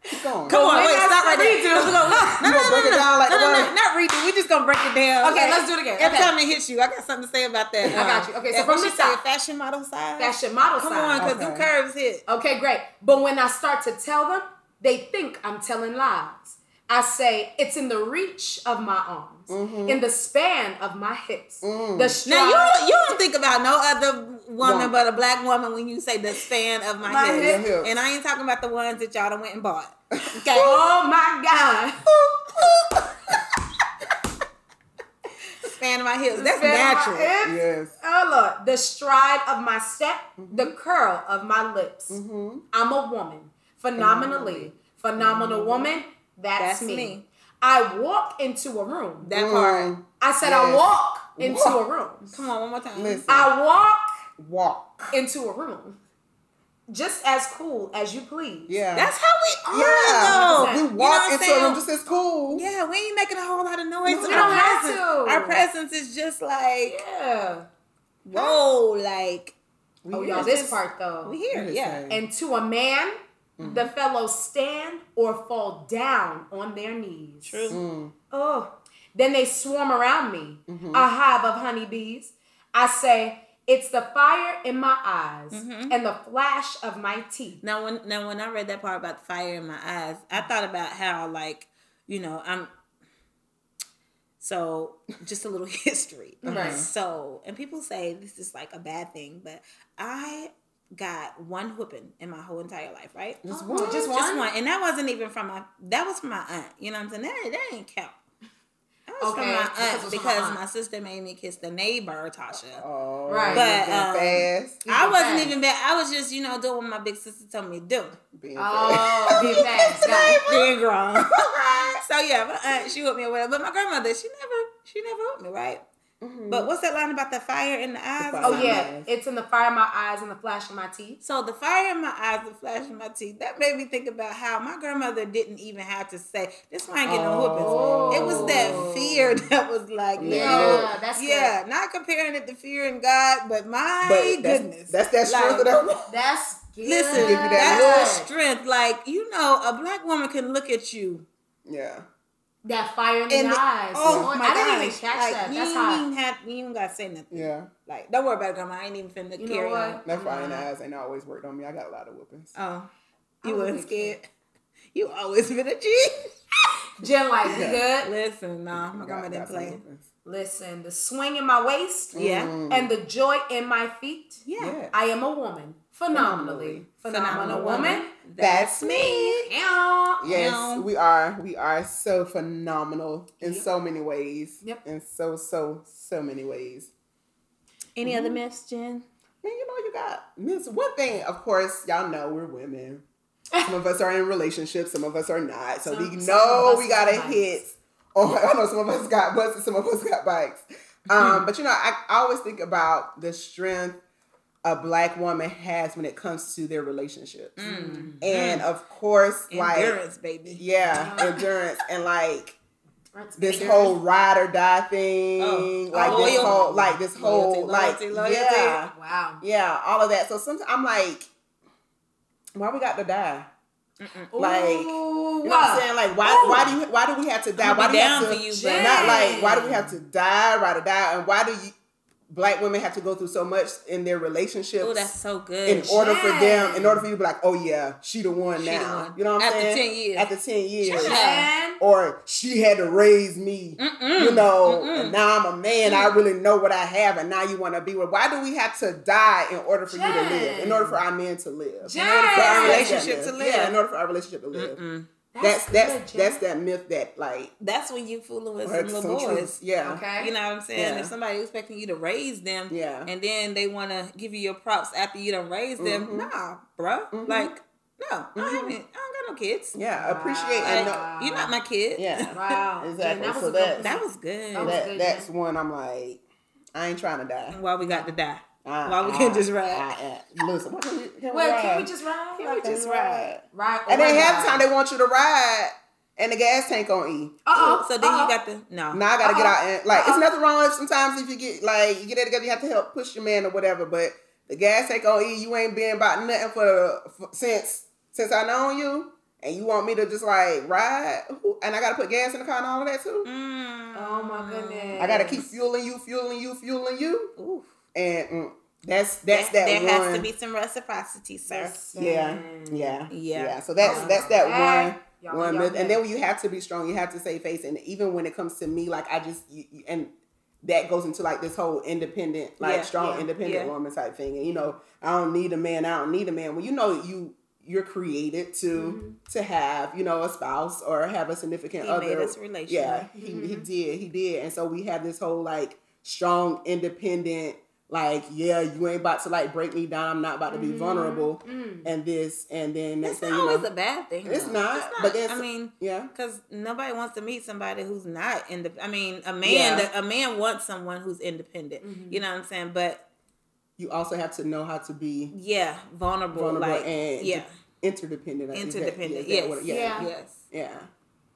Keep going. Come on, Wait, wait, that's stop right there. redo. Let's go. No, You no, gonna break no, it no, down like no, the no, no, word? not redo. We just gonna break it down. Okay, Like, let's do it again. Every Okay. time it hits you, I got something to say about that. I got you. Okay, so And from when the she said top. fashion model size. Fashion model Come size. on, because them Okay. curves hit. Okay, great. But when I start to tell them, they think I'm telling lies. I say it's in the reach of my arms, in the span of my hips. The stride, Mm-hmm. Mm. Now you don't, you don't think about no other woman Woman. but a black woman when you say the span of my, My hips. hips. Your hips. and I ain't talking about the ones that y'all done went and bought. Okay, Oh my God! span of my hips. Span That's of my natural. hips. Yes. Oh Lord, the stride of my step, Mm-hmm. the curl of my lips. Mm-hmm. I'm a woman, phenomenally, phenomenal woman. That's, Mm-hmm. That's me. me. I walk into a room. That part. Mm. I said I Yes. walk into Walk. a room. Come on, one more time. Listen. I walk Walk. into a room. Just as cool as you please. Yeah. That's how we are yeah. though. We You know walk what I'm into a saying? room just as cool. Yeah, we ain't making a whole lot of noise. We in our don't have presence. to. Our presence is just like Yeah. whoa, like We Oh, here. y'all, this part though. we here, Mm-hmm. We're the yeah. same. And to a man, the fellows stand or fall down on their knees. True. Mm. Oh. Then they swarm around me, a hive of honeybees. I say, it's the fire in my eyes and the flash of my teeth. Now when now when I read that part about the fire in my eyes, I thought about how like you know I'm. So just a little history. Uh-huh. Right. So and people say this is like a bad thing, but I got one whooping in my whole entire life, right? Just Oh, one. just Just One? one, and that wasn't even from my. That was from my aunt. You know what I'm saying? That, that didn't count. That was Okay, from because it my aunt was from my because aunt. my sister made me kiss the neighbor Tasha. Oh, Right. But, being um, fast. I wasn't bad. even bad. I was just you know doing what my big sister told me to do. Being Oh, be fast. got it. Being grown. so yeah, my aunt she whooped me or whatever. But my grandmother she never she never whooped me right. fast. Mhm. But what's that line about the fire in the eyes? or fire. Mm-hmm. Oh, something? yeah. It's in the fire in my eyes and the flash of my teeth. So the fire in my eyes, the flash in my teeth, that made me think about how my grandmother didn't even have to say, this one ain't getting Oh. no whoopings. It was that fear that was like, you Yeah. know, that's yeah, not comparing it to fear in God, but my But that's, goodness. that's that strength Like, of that. good. That's good. Listen, Give you that that's the That, strength. Like, you know, a black woman can look at you Yeah. fire in the, and eyes. oh Lord, my I gosh, didn't even catch like, mm, that. You That's ain't hot. even have, you ain't gotta say nothing. Yeah. Like, don't worry about it, grandma. I ain't even finna You know carry on. what? That fire in the Uh-huh. Nah. eyes ain't always worked on me. I got a lot of whoopings. Oh, I you was a big wasn't kid. scared. You always been a G. Jen, like, we Yeah. good? Listen, nah, my Got- grandma didn't got some play. whoopings. Listen, the swing in my waist Yeah. Mm. and the joy in my feet. Yeah. I am a woman. Phenomenally. Phenomenal, woman. That's me. Yeah. Yes, Um, we are. We are so phenomenal in Yep. so many ways. Yep. In so so so many ways. Any other myths, Jen? And you know you got miss one thing. Of course, y'all know we're women. Some of us are in relationships. Some of us are not. So Some- we some of know us we got got to bikes. hit. Oh, I know some of us got buses. Some of us got bikes. Um, but you know, I, I always think about the strength a black woman has when it comes to their relationships, Mm-hmm. and of course, like Mm-hmm. Endurance, baby. yeah, Yeah. endurance and like That's this big. whole ride or die thing, Oh, like oh, this loyalty. whole, like this whole, Loyalty, like loyalty, loyalty. yeah, Wow. yeah, all of that. So sometimes I'm like, why we got to die? Like, Ooh, uh, You know what wow. I'm saying? Like, why, why do you, why do we have to die? I'ma Why be do we have down to? for you, but- Not like, why do we have to die, ride or die, and why do you, black women have to go through so much in their relationships? Oh, that's so in good. order for them, in Yeah. order for you to be like, oh yeah, she the one She the now. one. You know what I'm After saying? 10 years. After ten years, Yeah. Man. or she had to raise me. Mm-mm. You know, Mm-mm. Mm. and now I'm a man. I really know what I have, and now you want to be with. Why do we have to die in order for you to live? In order for our men to live. In order for For our Yes. relationship to live. Yeah, in order for our relationship to live. Mm-mm. That's that's that's, good, Jen. that myth that like That's when you fooling with some hurts little some boys. truth. Yeah. Okay. You know what I'm saying? Yeah. If somebody expecting you to raise them, Yeah. and then they want to give you your props after you done raised them, Mhm. nah, bro, Mhm. like, no, I Mhm. haven't. I don't got no kids. Yeah. Appreciate Like, and know, Wow. you're not my kid. Yeah. Wow. Exactly. Jen, that was So a good that's- that was good. That was that good, that's yeah. one I'm like I ain't trying to die. Why we got to die? Uh, Why we can't just ride? uh, listen, what can we, can we Well, ride? can we just ride? Can Like, we just ride? ride and they over have ride. time. They want you to ride, and the gas tank on E. Uh-oh. so then uh-oh. you got the no. Now I gotta get Uh-oh. out and like Oh. it's Uh-oh. nothing wrong if sometimes if you get like you get it together, you have to help push your man or whatever. But the gas tank on E, you ain't been about nothing for, for since since I known you, and you want me to just like ride, Who- and I gotta put gas in the car and all of that too. Mm. Oh my goodness. I gotta keep fueling you, fueling you, fueling you, Oof. and mm, that's that's There- that There one. has to be some reciprocity, sir. Yeah, yeah, Yeah. yeah. So that's that's that one. Y'all- one y'all myth. And good. then you have to be strong. You have to save face. And even when it comes to me, like I just you, you- and that goes into like this whole independent, like Yeah, strong, yeah, independent yeah. woman type thing. And you know, I don't need a man. I don't need a man. Well, you know, you you're created to to have you know a spouse or have a significant Mm-hmm. He other. made us Mm-hmm. relational. yeah, he, he did. He did. And so we have this whole like strong, independent. Like yeah, you ain't about to like break me down. I'm not about to be vulnerable, Mm. and this and then next Mm-hmm. It's thing not you know, always a bad thing. It's though. not, but then I some- mean, yeah, because nobody wants to meet somebody who's not in I mean, a man, Yeah. a man wants someone who's independent. Mhm. You know what I'm saying? But you also have to know how to be yeah, vulnerable, vulnerable like and yeah, interdependent. I think that- interdependent. yeah, that Yes, what- Yeah. yeah, yes. yeah,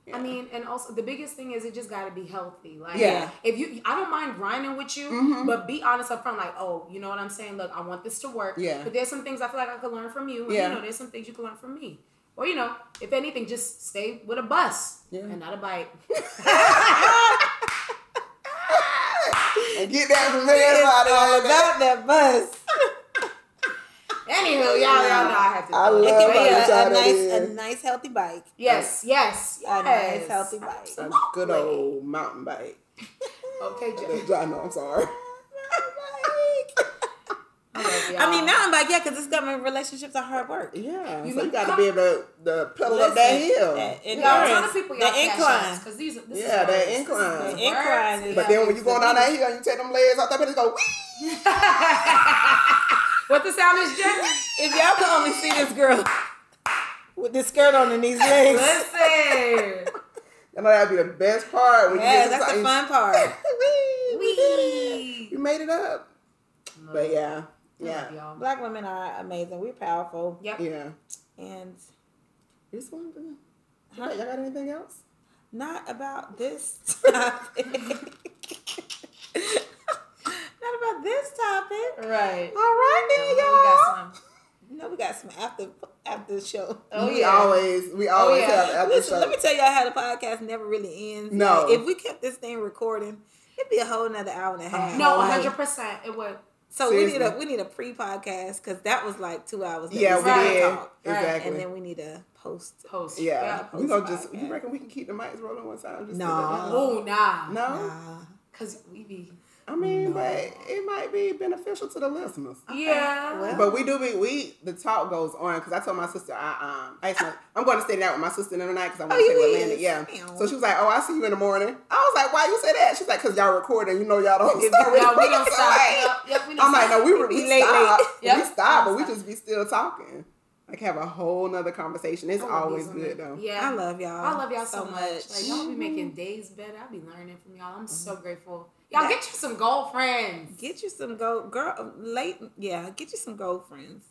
yeah. I mean, and also the biggest thing is it just got to be healthy. Like, Yeah. if you, I don't mind grinding with you, Mhm. but be honest up front. Like, oh, you know what I'm saying? Look, I want this to work. Yeah. But there's some things I feel like I could learn from you. And, Yeah. You know, there's some things you could learn from me. Or you know, if anything, just stay with a bus Yeah. and not a bike. and get that from there. all about that bus. Anywho, y'all, y'all know I have to. I do It love can how be you a, tie a that nice, a in. nice healthy bike. Yes, yes, yes. A nice healthy bike. a good old mountain bike. Okay, Jen. I know. I'm sorry. I love y'all. I mean, now I'm like, yeah, because it's government relationships are hard work. Yeah, You so you look- got to be able to, to pedal up that Listen, hill. that Y'all, endurance, tell the people the y'all incline. because these. This is Yeah, that words. This is incline. words. The incline is- but then when you going down that hill and you take them legs out that bit, it's go wee. what the sound is, Jen? If y'all could only see this girl with this skirt on and these legs. Listen. You know that'd be the best part when Yeah, you get to that's the something- fun part. wee, we did it. Wee. You made it up. But yeah, yeah, Love y'all. Black women are amazing. We're powerful. Yep. yeah. And This one, bro. Y'all got- y'all got anything else? not about this topic. not about this topic. Right. All right, We got some. then, y'all. No, we got some after after the show. Oh, we yeah. always, we always yeah. have after Listen, show. let me tell y'all how the podcast never really ends. No. Like, if we kept this thing recording, it'd be a whole nother hour and a half. No, Right. 100. percent It would. So we need a Seriously. we need a pre podcast because that was like two hours. that yeah, we sat and did talked. Right. exactly. And then we need a post. Post. yeah, yeah, we gonna post just. podcast. You reckon we can keep the mics rolling one time? Just No. Oh nah. Uh-huh. no, Nah. Cause we be. I mean, but it might be beneficial to the listeners. Yeah. Well. But we do be we the talk goes on because I told my sister I um I asked my, I'm going to stay the night with my sister the other night because I want Oh, to stay you with is? Landon. Yeah. Damn. So she was like, oh, I see you in the morning. I was like, why you say that? She's like, because y'all recording. You know y'all don't. If stop Y'all, we recording." don't So, stop. like, Yep, yep, we don't I'm like, stop. no, we, we, Be late, stop. late. We Yep. stop, but we Stop. just be still talking. Like have a whole nother conversation. It's I love always these women. good though. Yeah. I love y'all. I love y'all so, much. Like y'all be Mhm. making days better. I be learning from y'all. Mm-hmm. I'm so grateful. Y'all get you some gold friends. get you some gold girl late. Yeah, get you some gold friends.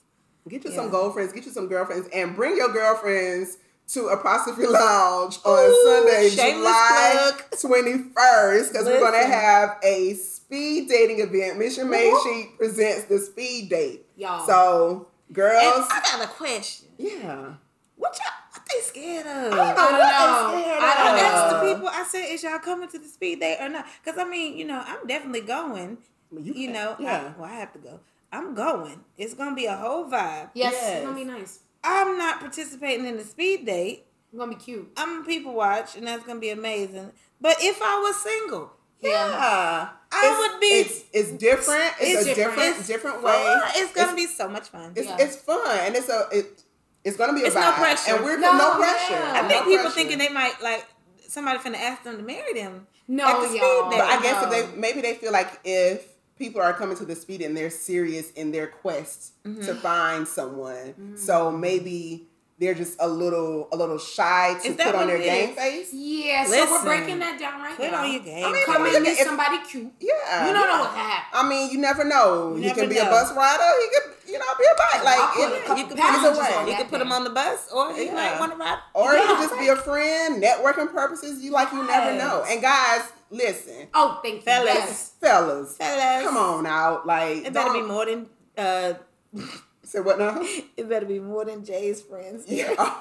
Get you Yeah. some girlfriends, get you some girlfriends, and bring your girlfriends to Apostrophe Lounge on Ooh, Sunday, shameless July plug. twenty first, because we're gonna Listen. have a speed dating event. Mission Made She presents the speed date. Y'all. So And girls, I got a question. yeah. What y'all? What they scared of? I don't know I don't what I'm know. scared I I don't of. asked the people. I said, "Is y'all coming to the speed date or not?" Because I mean, you know, I'm definitely going. You, can- know, yeah. I, well, I have to go. I'm going. It's gonna be a whole vibe. Yes, Yes. it's gonna be nice. I'm not participating in the speed date. It's gonna be cute. I'm a people watch, and that's gonna be amazing. But if I was single, Yeah. I It's- would be. It's, it's different. It's, it's a different, different. different fun. way. It's gonna be so much fun. It's, Yeah. it's fun and it's a it, It's gonna be a It's no vibe, pressure. and we're No, no, pressure. yeah. I No think people pressure. thinking they might like somebody finna ask them to marry them. No, At the speed y'all. that- But I guess No. if they maybe they feel like if people are coming to the speed and they're serious in their quest to Mm-hmm. find someone, so maybe they're just a little a little shy to Is that put on what their it game is? face. Yeah, so we're Listen. breaking that down right Put now. on your game. I mean, Come in with If- somebody cute. Yeah, You don't know what happened. I mean, you never know. You he never can be a know. bus rider. He could, you know, be a bike. Like, I'll put it- a couple you could put pounds either way. on you that could thing. put them on the bus, or you Yeah. might want to ride. or he Yeah. could just be a friend, networking purposes. You like, you never Yes. know. And guys, listen, Oh, thank you. Fellas. Yes. fellas, Fellas. come on out. Like, It better be don't- more than uh, Say what now? it better be more than Jay's friends. Yeah.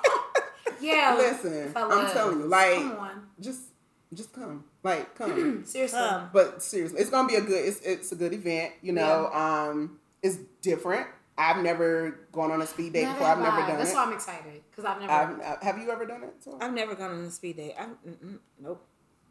Yeah. Listen, fellas. I'm telling you, like, Come on. just, just come, like, come. Seriously. Um, but seriously, it's gonna be a good. It's it's a good event. You know, um, it's different. I've never gone on a speed date Not before. I've that never vibe. done That's it. why I'm excited because I've never. I've, I've- have you ever done it? Tor? I've never gone on a speed date. I, mm-mm, nope.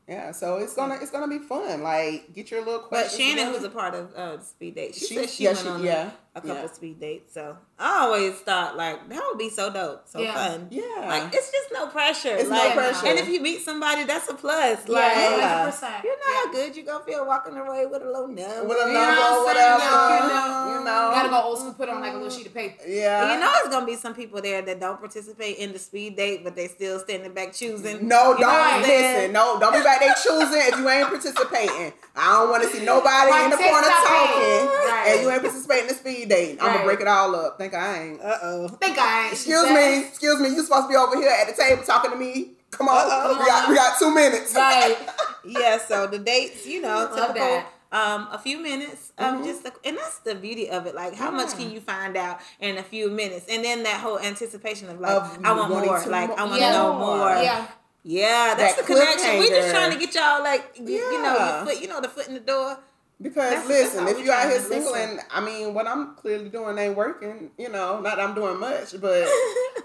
Yeah, so it's gonna it's gonna be fun. Like get your little But questions. Shannon, who's a together. part of uh, the speed date, she, She- said she yeah, went she- on yeah, a, a couple yeah. speed dates. So I always thought like that would be so dope, so Yeah. fun. yeah, Like it's just no pressure. Uh-huh. It's no like, pressure. And if you meet somebody, that's a plus. yeah, Like Yeah. 100%. you know how good you gonna feel walking away with a little number. with a logo, you know I'm what saying? whatever. I'm You saying? know, You know. Gotta go old school. Put on like a Mm. little sheet of paper. Yeah, And you know it's gonna be some people there that don't participate in the speed date, but they still standing back choosing. No, don't You know what I'm saying? listen. No, don't be back there choosing if you ain't participating. I don't want to see nobody Right, in the text corner that talking, page. Right. and you ain't participating in the speed date. I'm Right. gonna break it all up. Think I ain't. Uh oh. Thank God. Excuse me, excuse me. You supposed to be over here at the table talking to me. Come on, Uh-oh. we got we got two minutes. Right. Yeah. So the dates, you know, Love typical. that. Um, a few minutes of Mhm. just, a, and that's the beauty of it. Like, how much Yeah. can you find out in a few minutes? And then that whole anticipation of like, Of I want wanting more. to Like, mo- I want to Yeah. know more. Yeah. Yeah, that's That the connection. We're cliffhanger. just trying to get y'all like, you, you know, Yeah. your foot, you know, the foot in the door. Because That's- that's listen, all if we you out trying here to single, listen. and I mean, what I'm clearly doing ain't working. You know, not that I'm doing much, but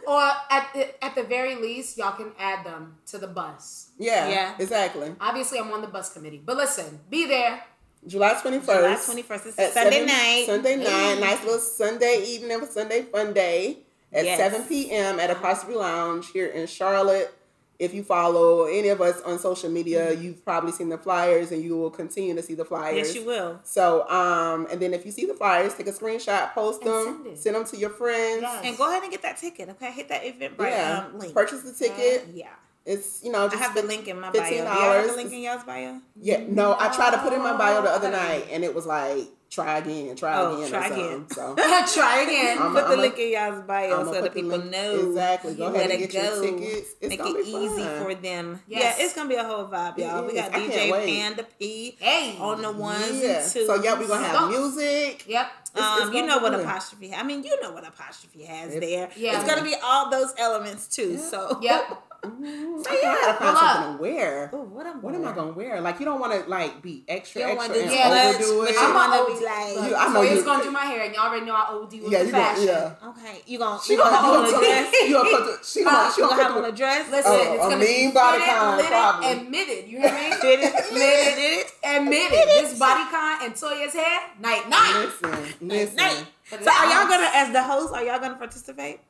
Or at the, at the very least, y'all can add them to the bus. yeah, Yeah. exactly. Obviously, I'm on the bus committee, but listen, be there. July twenty July first. twenty first is at Sunday seven- night. Mm-hmm. Sunday night, Hey. nice little Sunday evening for Sunday Fun Day at Yes. 7 p.m. at Apostrophe Lounge here in Charlotte. If you follow any of us on social media, you've probably seen the flyers and you will continue to see the flyers. Mm-hmm. Yes, you will. So, um, and then if you see the flyers, take a screenshot, post And them, send send, it. them to your friends. Yes. And go ahead and get that ticket, okay? Hit that Eventbrite Yeah. um, link. Purchase the ticket. Yeah. It's, you know, I just have the link in my bio. Do $15. y'all have the link in y'all's bio? Yeah, no, I tried to put in my bio the other Oh. night and it was like, try again, try Oh, again, try or something. again. So. Try again. I'm a- put the I'm a- link in y'all's bio I'ma so put that the people link- know. exactly. Go ahead where and to get your tickets. It's Make gonna it be easy fun. for them. Yes. Yeah, it's gonna be a whole vibe, It y'all. We got is. I DJ can't wait. Panda P hey. Oh, on the ones Yeah. and twos. So yeah, we're gonna have Don't- music. Yep. it's um, you gonna know be what good. apostrophe. I mean, you know what apostrophe has It's- there. Yeah. It's gonna be all those elements too. Yeah. So Yep. Mhm. So, I gotta yeah, find pull up. something to wear. Ooh, what am What am I gonna wear? Like you don't want to like be extra, You don't extra wanna and do too much, overdo but it. you I'm wanna a be OG. like- Look, You- I know so you. you- gonna do my hair, and y'all already know I OD with yeah, the you gonna, fashion. yeah. Okay, you gonna She you gonna, gonna you hold gonna on a put, dress. she gonna put, she gonna, Uh, she you gonna gonna put have on a dress. Listen, Oh, it's a gonna mean be body fitted, con, litted, probably. and mitted. You hear me? Did it? Did it? Did it? and mitted. This body con and Toya's hair. Night night. Listen, listen. Uh, Night. So are y'all gonna, as the host, are y'all gonna participate?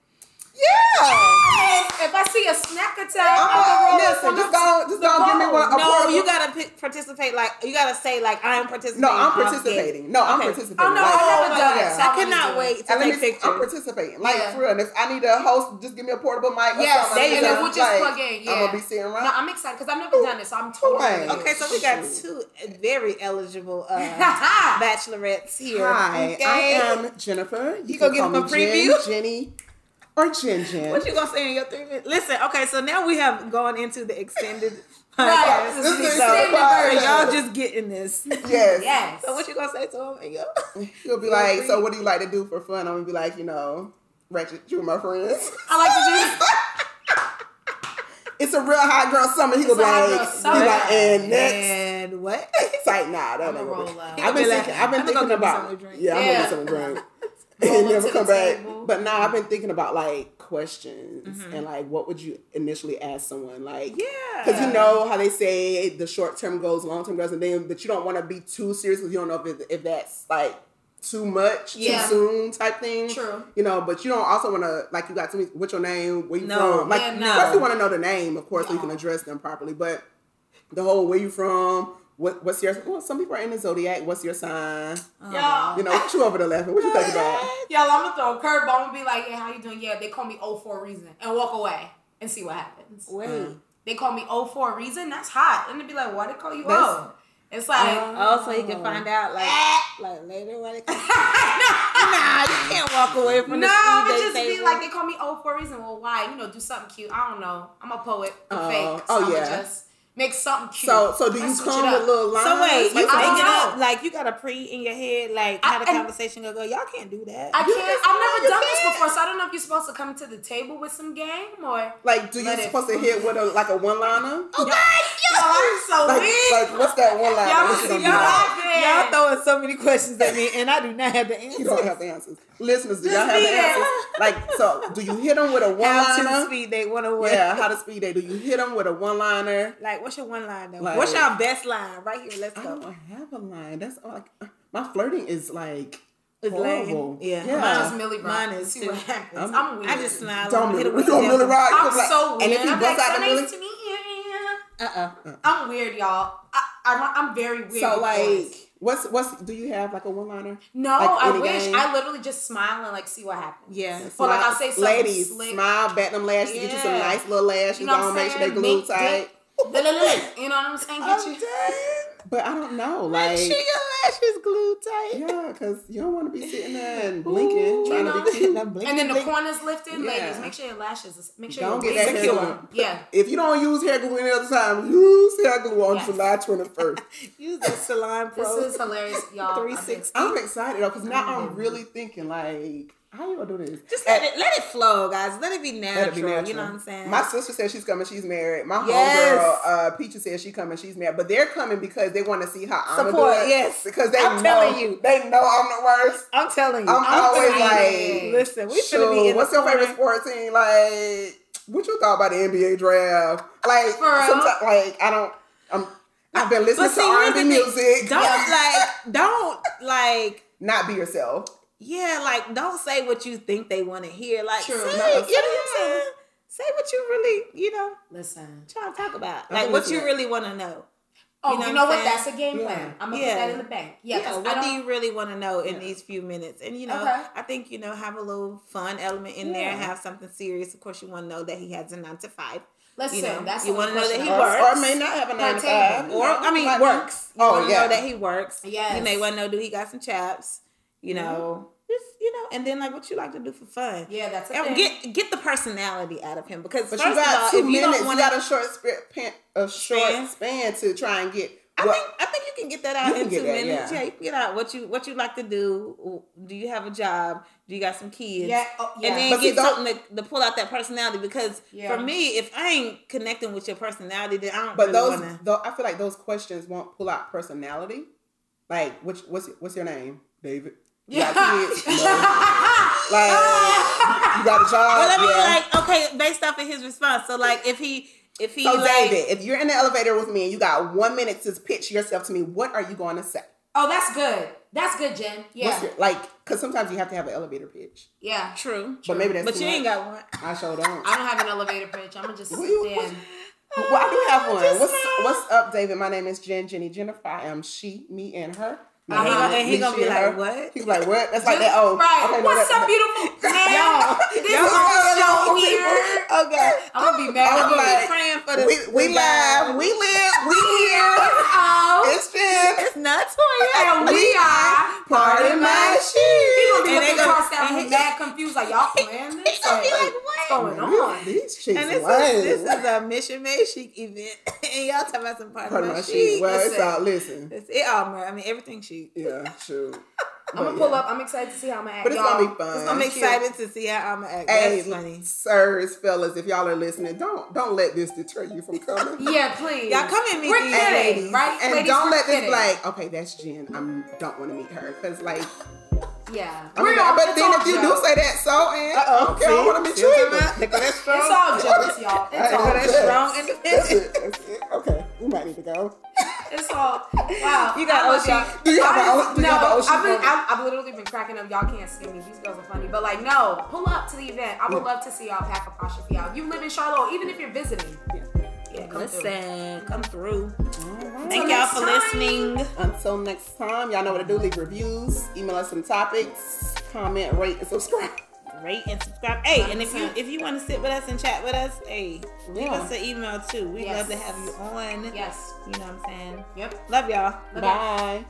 Oh, Yeah. If I see a snack attack, I'm I'm gonna, gonna listen, just don't, just don't give me one. a No, portable- you gotta p- participate. Like you gotta say, like I'm participating. No, I'm I'll get it." participating. No, I'm Okay. participating. Oh no, Like, I've never done yeah. it. so I wanna cannot do it. wait to And take let me, I'm pictures. participating. Like Yeah. for real. And if I need a host, just give me a portable mic. Yes, or something. and then Like, we'll just plug in, I'm yeah. gonna be sitting right. No, I'm excited because I've never done this, so I'm totally. Right. in. Okay, so we got Shoot. two very eligible uh, Back- bachelorettes here. Hi, okay? I am Jennifer. You, You can gonna give call them me Jen, a preview? Jenny, or Jen Jen. What you gonna say in your three minutes? Listen, okay, so now we have gone into the extended Right, podcast. this is so, the extended so version. y'all just getting this. yes. Yes. So what you gonna say to him? in your- You'll be Little like, so preview. what do you like to do for fun? I'm gonna be like, you know, ratchet you my friends. I like to do. it's a real hot girl summer. He gonna be a hot girl like, he summer. like, and next. And what? It's like, nah, that I'ma ain't roll working. up. I've been He gonna be thinking, like, I've been I'ma go thinking get me something about, to drink. yeah, I'm gonna Yeah. get something to drink. Roll and up never to come the back. table. Mm-hmm. But now I've been thinking about like questions and like what would you initially ask someone like Yeah. because you know how they say the short term goals, long term goals, and then but you don't want to be too serious because you don't know if, it, if that's like too much, Yeah. too soon type thing. True. You know, but you don't also want to like you got to me. What's your name? Where you No. from? Like, Yeah, of course no. you want to know the name, of course, so you can address them properly. But the whole where you from? What what's your? Well, some people are in the zodiac. What's your sign? Uh-huh. Y'all, You know, what you over the left. What you think about? y'all, I'm gonna throw a curveball. I'm gonna be like, "Hey, how you doing?" Yeah, they call me O for a reason, and walk away and see what happens. Wait. Mm. They call me O for a reason. That's hot, and they be like, "Why they call you That's- uh, O?" It's like, Oh, so you can find out like Ah. like later what it comes. nah, you can't walk away from no, the I'm speed gonna just they be say like, they call me O for a reason. Well, why? You know, do something cute. I don't know. I'm a poet. I'm Oh, fake. So oh, I'm gonna yeah. just make something cute. So so do I you switch come it with up. little lines? So wait, you Like, I think don't it know. up like you got a pre in your head like I- how the and- conversation gonna go. Y'all can't do that. I You can't. just- I've never you done this can't. before, so I don't know if you're supposed to come to the table with some game or. Like, do you Let it supposed to hit with a like a one liner? Oh y'all are so Like, weak. like, what's that one Y'all liner? see gonna be y'all like? Y'all throwing so many questions at me, and I do not have the You answer. don't have the answers. Listeners, do y'all Just have be the there. answers? Like, so do you hit them with a one How to liner? speed date one away. Yeah, how to speed date. Do you hit them with a one liner? Like, what's your one line though? Like- what's your best line right here? Let's I go. don't have a line. That's all, like my flirting is like It's lame. horrible. Yeah. Mine is Millie Rock. Mine is See too. what happens. I'm- I'm, weird. I just smile. Don't hit Millie, it you with don't the Millie devil. Rock. I'm You're like- so weird. And if he I'm busts like, out so the nice Millie, to meet you. Yeah. Uh-uh. I'm weird, y'all. I, I'm, I'm very weird. so with like, boys. what's what's? Do you have like a one liner? no, like, I any wish game? I literally just smile and like see what happens. Yeah. Or like I'll say something ladies, slick. smile, bat them lashes, get you some Yeah. nice little lashes You know what on, I'm make sure they saying? glue Big dick. tight. you know what I'm saying? Get you. But I don't know, Make like, sure your lashes glued tight. yeah, because you don't want to be sitting there and blinking, Ooh, trying you to be know. cute. And then the corners lifted, Yeah. ladies. Make sure your lashes. is- Make sure Don't your get that wig is hair long. glue. Yeah. If you don't use hair glue any other time, use hair glue on Yes. July 21st. Use the salon This pro. is hilarious, y'all. 360. I'm excited though, because now Mm. I'm really thinking, like, how you gonna do this? Just let it let it flow, guys. Let it be natural. Let it be natural. You know what I'm saying? My sister says she's coming. She's married. My Yes. homegirl, uh, Peaches says she coming. She's married. But they're coming because they want to see how I'm Support, gonna do it. yes. because they I'm know telling you. they know I'm the worst. I'm telling you. I'm always telling you. like, listen, we should Shoot, be in what's the your corner. favorite sports team? Like, what you thought about the NBA draft? Like, For real? sometimes, like I don't. I'm. I've been listening to here's R&B the thing. music. Don't like, don't like, Not be yourself. yeah, like, don't say what you think they want to hear. Like, True. say, No, you know say what I'm saying? Say what you really, you know, Listen. trying to talk about, I'm like what listening. you really want to know. Oh, You you know know, what what? I'm That's a game Yeah. plan. I'm gonna Yeah. put that in the bank. Yeah. Yeah, 'cause I what do don't- you really want to know in Yeah. these few minutes? And you know, Okay. I think you know, have a little fun element in there. Yeah. Have something serious. Of course, you want to know that he has a nine to five, Listen, you know, that's you the wanna one know that question he I or, have. works. or may not have a nine to five. table. or I mean, Like, works. You Oh, wanna yeah. know that he works. Yeah, Yes. you may want to know do he got some chaps. You Mm-hmm. know, just you know, and then like what you like to do for fun. Yeah, that's a And thing. get get the personality out of him because But first you got of all, two if you minutes. don't You, want got to, a short span, pan, a short Span. span. to try and get. I what- think I think you can get that You out can in get two that, minutes. yeah. Yeah. you can get out what you what you like to do. Do you have a job? Do you got some kids? Yeah. Oh, yeah. and then But see, get don't- something to, to pull out that personality because Yeah. for me, if I ain't connecting with your personality, then I don't. but really those, wanna, though, I feel like those questions won't pull out personality. Like, which, what's what's your name, David? You got kids? No. like, you got a job? but I mean, yeah. like, okay, based off of his response. So, like, if he, if he, so, like, David, if you're in the elevator with me and you got one minute to pitch yourself to me, what are you going to say? oh, that's good. That's good, Jen. Yeah. What's your, like, because sometimes you have to have an elevator pitch. yeah. true, But maybe that's but too you much. ain't got one. I showed on. I don't have an elevator pitch. I'm gonna just What sit you- there. what- and- Well, I do have one. Just What's smile. What's up, David? My name is Jen Jenny Jennifer. I am she, me, and her. My Uh-huh. name And he is gonna- she he gonna be and like, her. "What?" He's like, what? That's like Just- that. Oh, right. okay, no, What's that- up, beautiful man? this y'all is are so so weird. Okay, I'm gonna be mad. I'm I'm gonna like- be praying for that- we the we the live, guy. we live, we here. oh, It's Jen. It's not Toya. and we are Part of my He shit. gonna be And they looking gonna- across that and room, he- mad confused, like y'all playing this. gonna be Like, like, what's what? going on? These chicks And this lying. is, this is a Mission Magic event, and y'all talking about some part, part of of my my shit. sheet. Well, it's Listen. all listen. It's it all, I mean, everything chic. Yeah, shoot. I'm gonna pull up. I'm excited to see how I'm gonna act. But it's y'all. gonna be fun. I'm It's excited to see how I'm act. Hey, That's funny. sirs, fellas, if y'all are listening, don't don't let this deter you from coming. Yeah, please. Y'all come at me. We're these kidding, ladies. right? And Ladies, don't we're let this kidding. like, okay, that's Jen. I don't want to meet her because like, Yeah. I mean, all- but it's then all if you do jokes. say that, so and Uh-oh. okay, I don't want to meet you either. It's It's all jokes, y'all. It's all That's That's jokes. strong That's independent. it. That's it. Okay, we might need to go. It's all wow. You got I love Oshi. y'all. Do you have I a O- just- do you no, have a Oshi I've, been, moment? I've, I've literally been cracking up. Y'all can't see me. These girls are funny. But like, no, pull up to the event. I would Mm. love to see y'all pack apostrophe out. You live in Charlotte, even if you're visiting. Yeah, come through. listen, come through. Till Thank y'all next time. for listening. Until next time, y'all know what to do. Leave reviews, email us some topics, comment, rate, and subscribe. Rate and subscribe. Hey, and if you if you want to sit with us and chat with us, hey, leave Yeah. us an email too. We Yes. love to have you on. Yes. You know what I'm saying? Yep. Love y'all. Okay. Bye.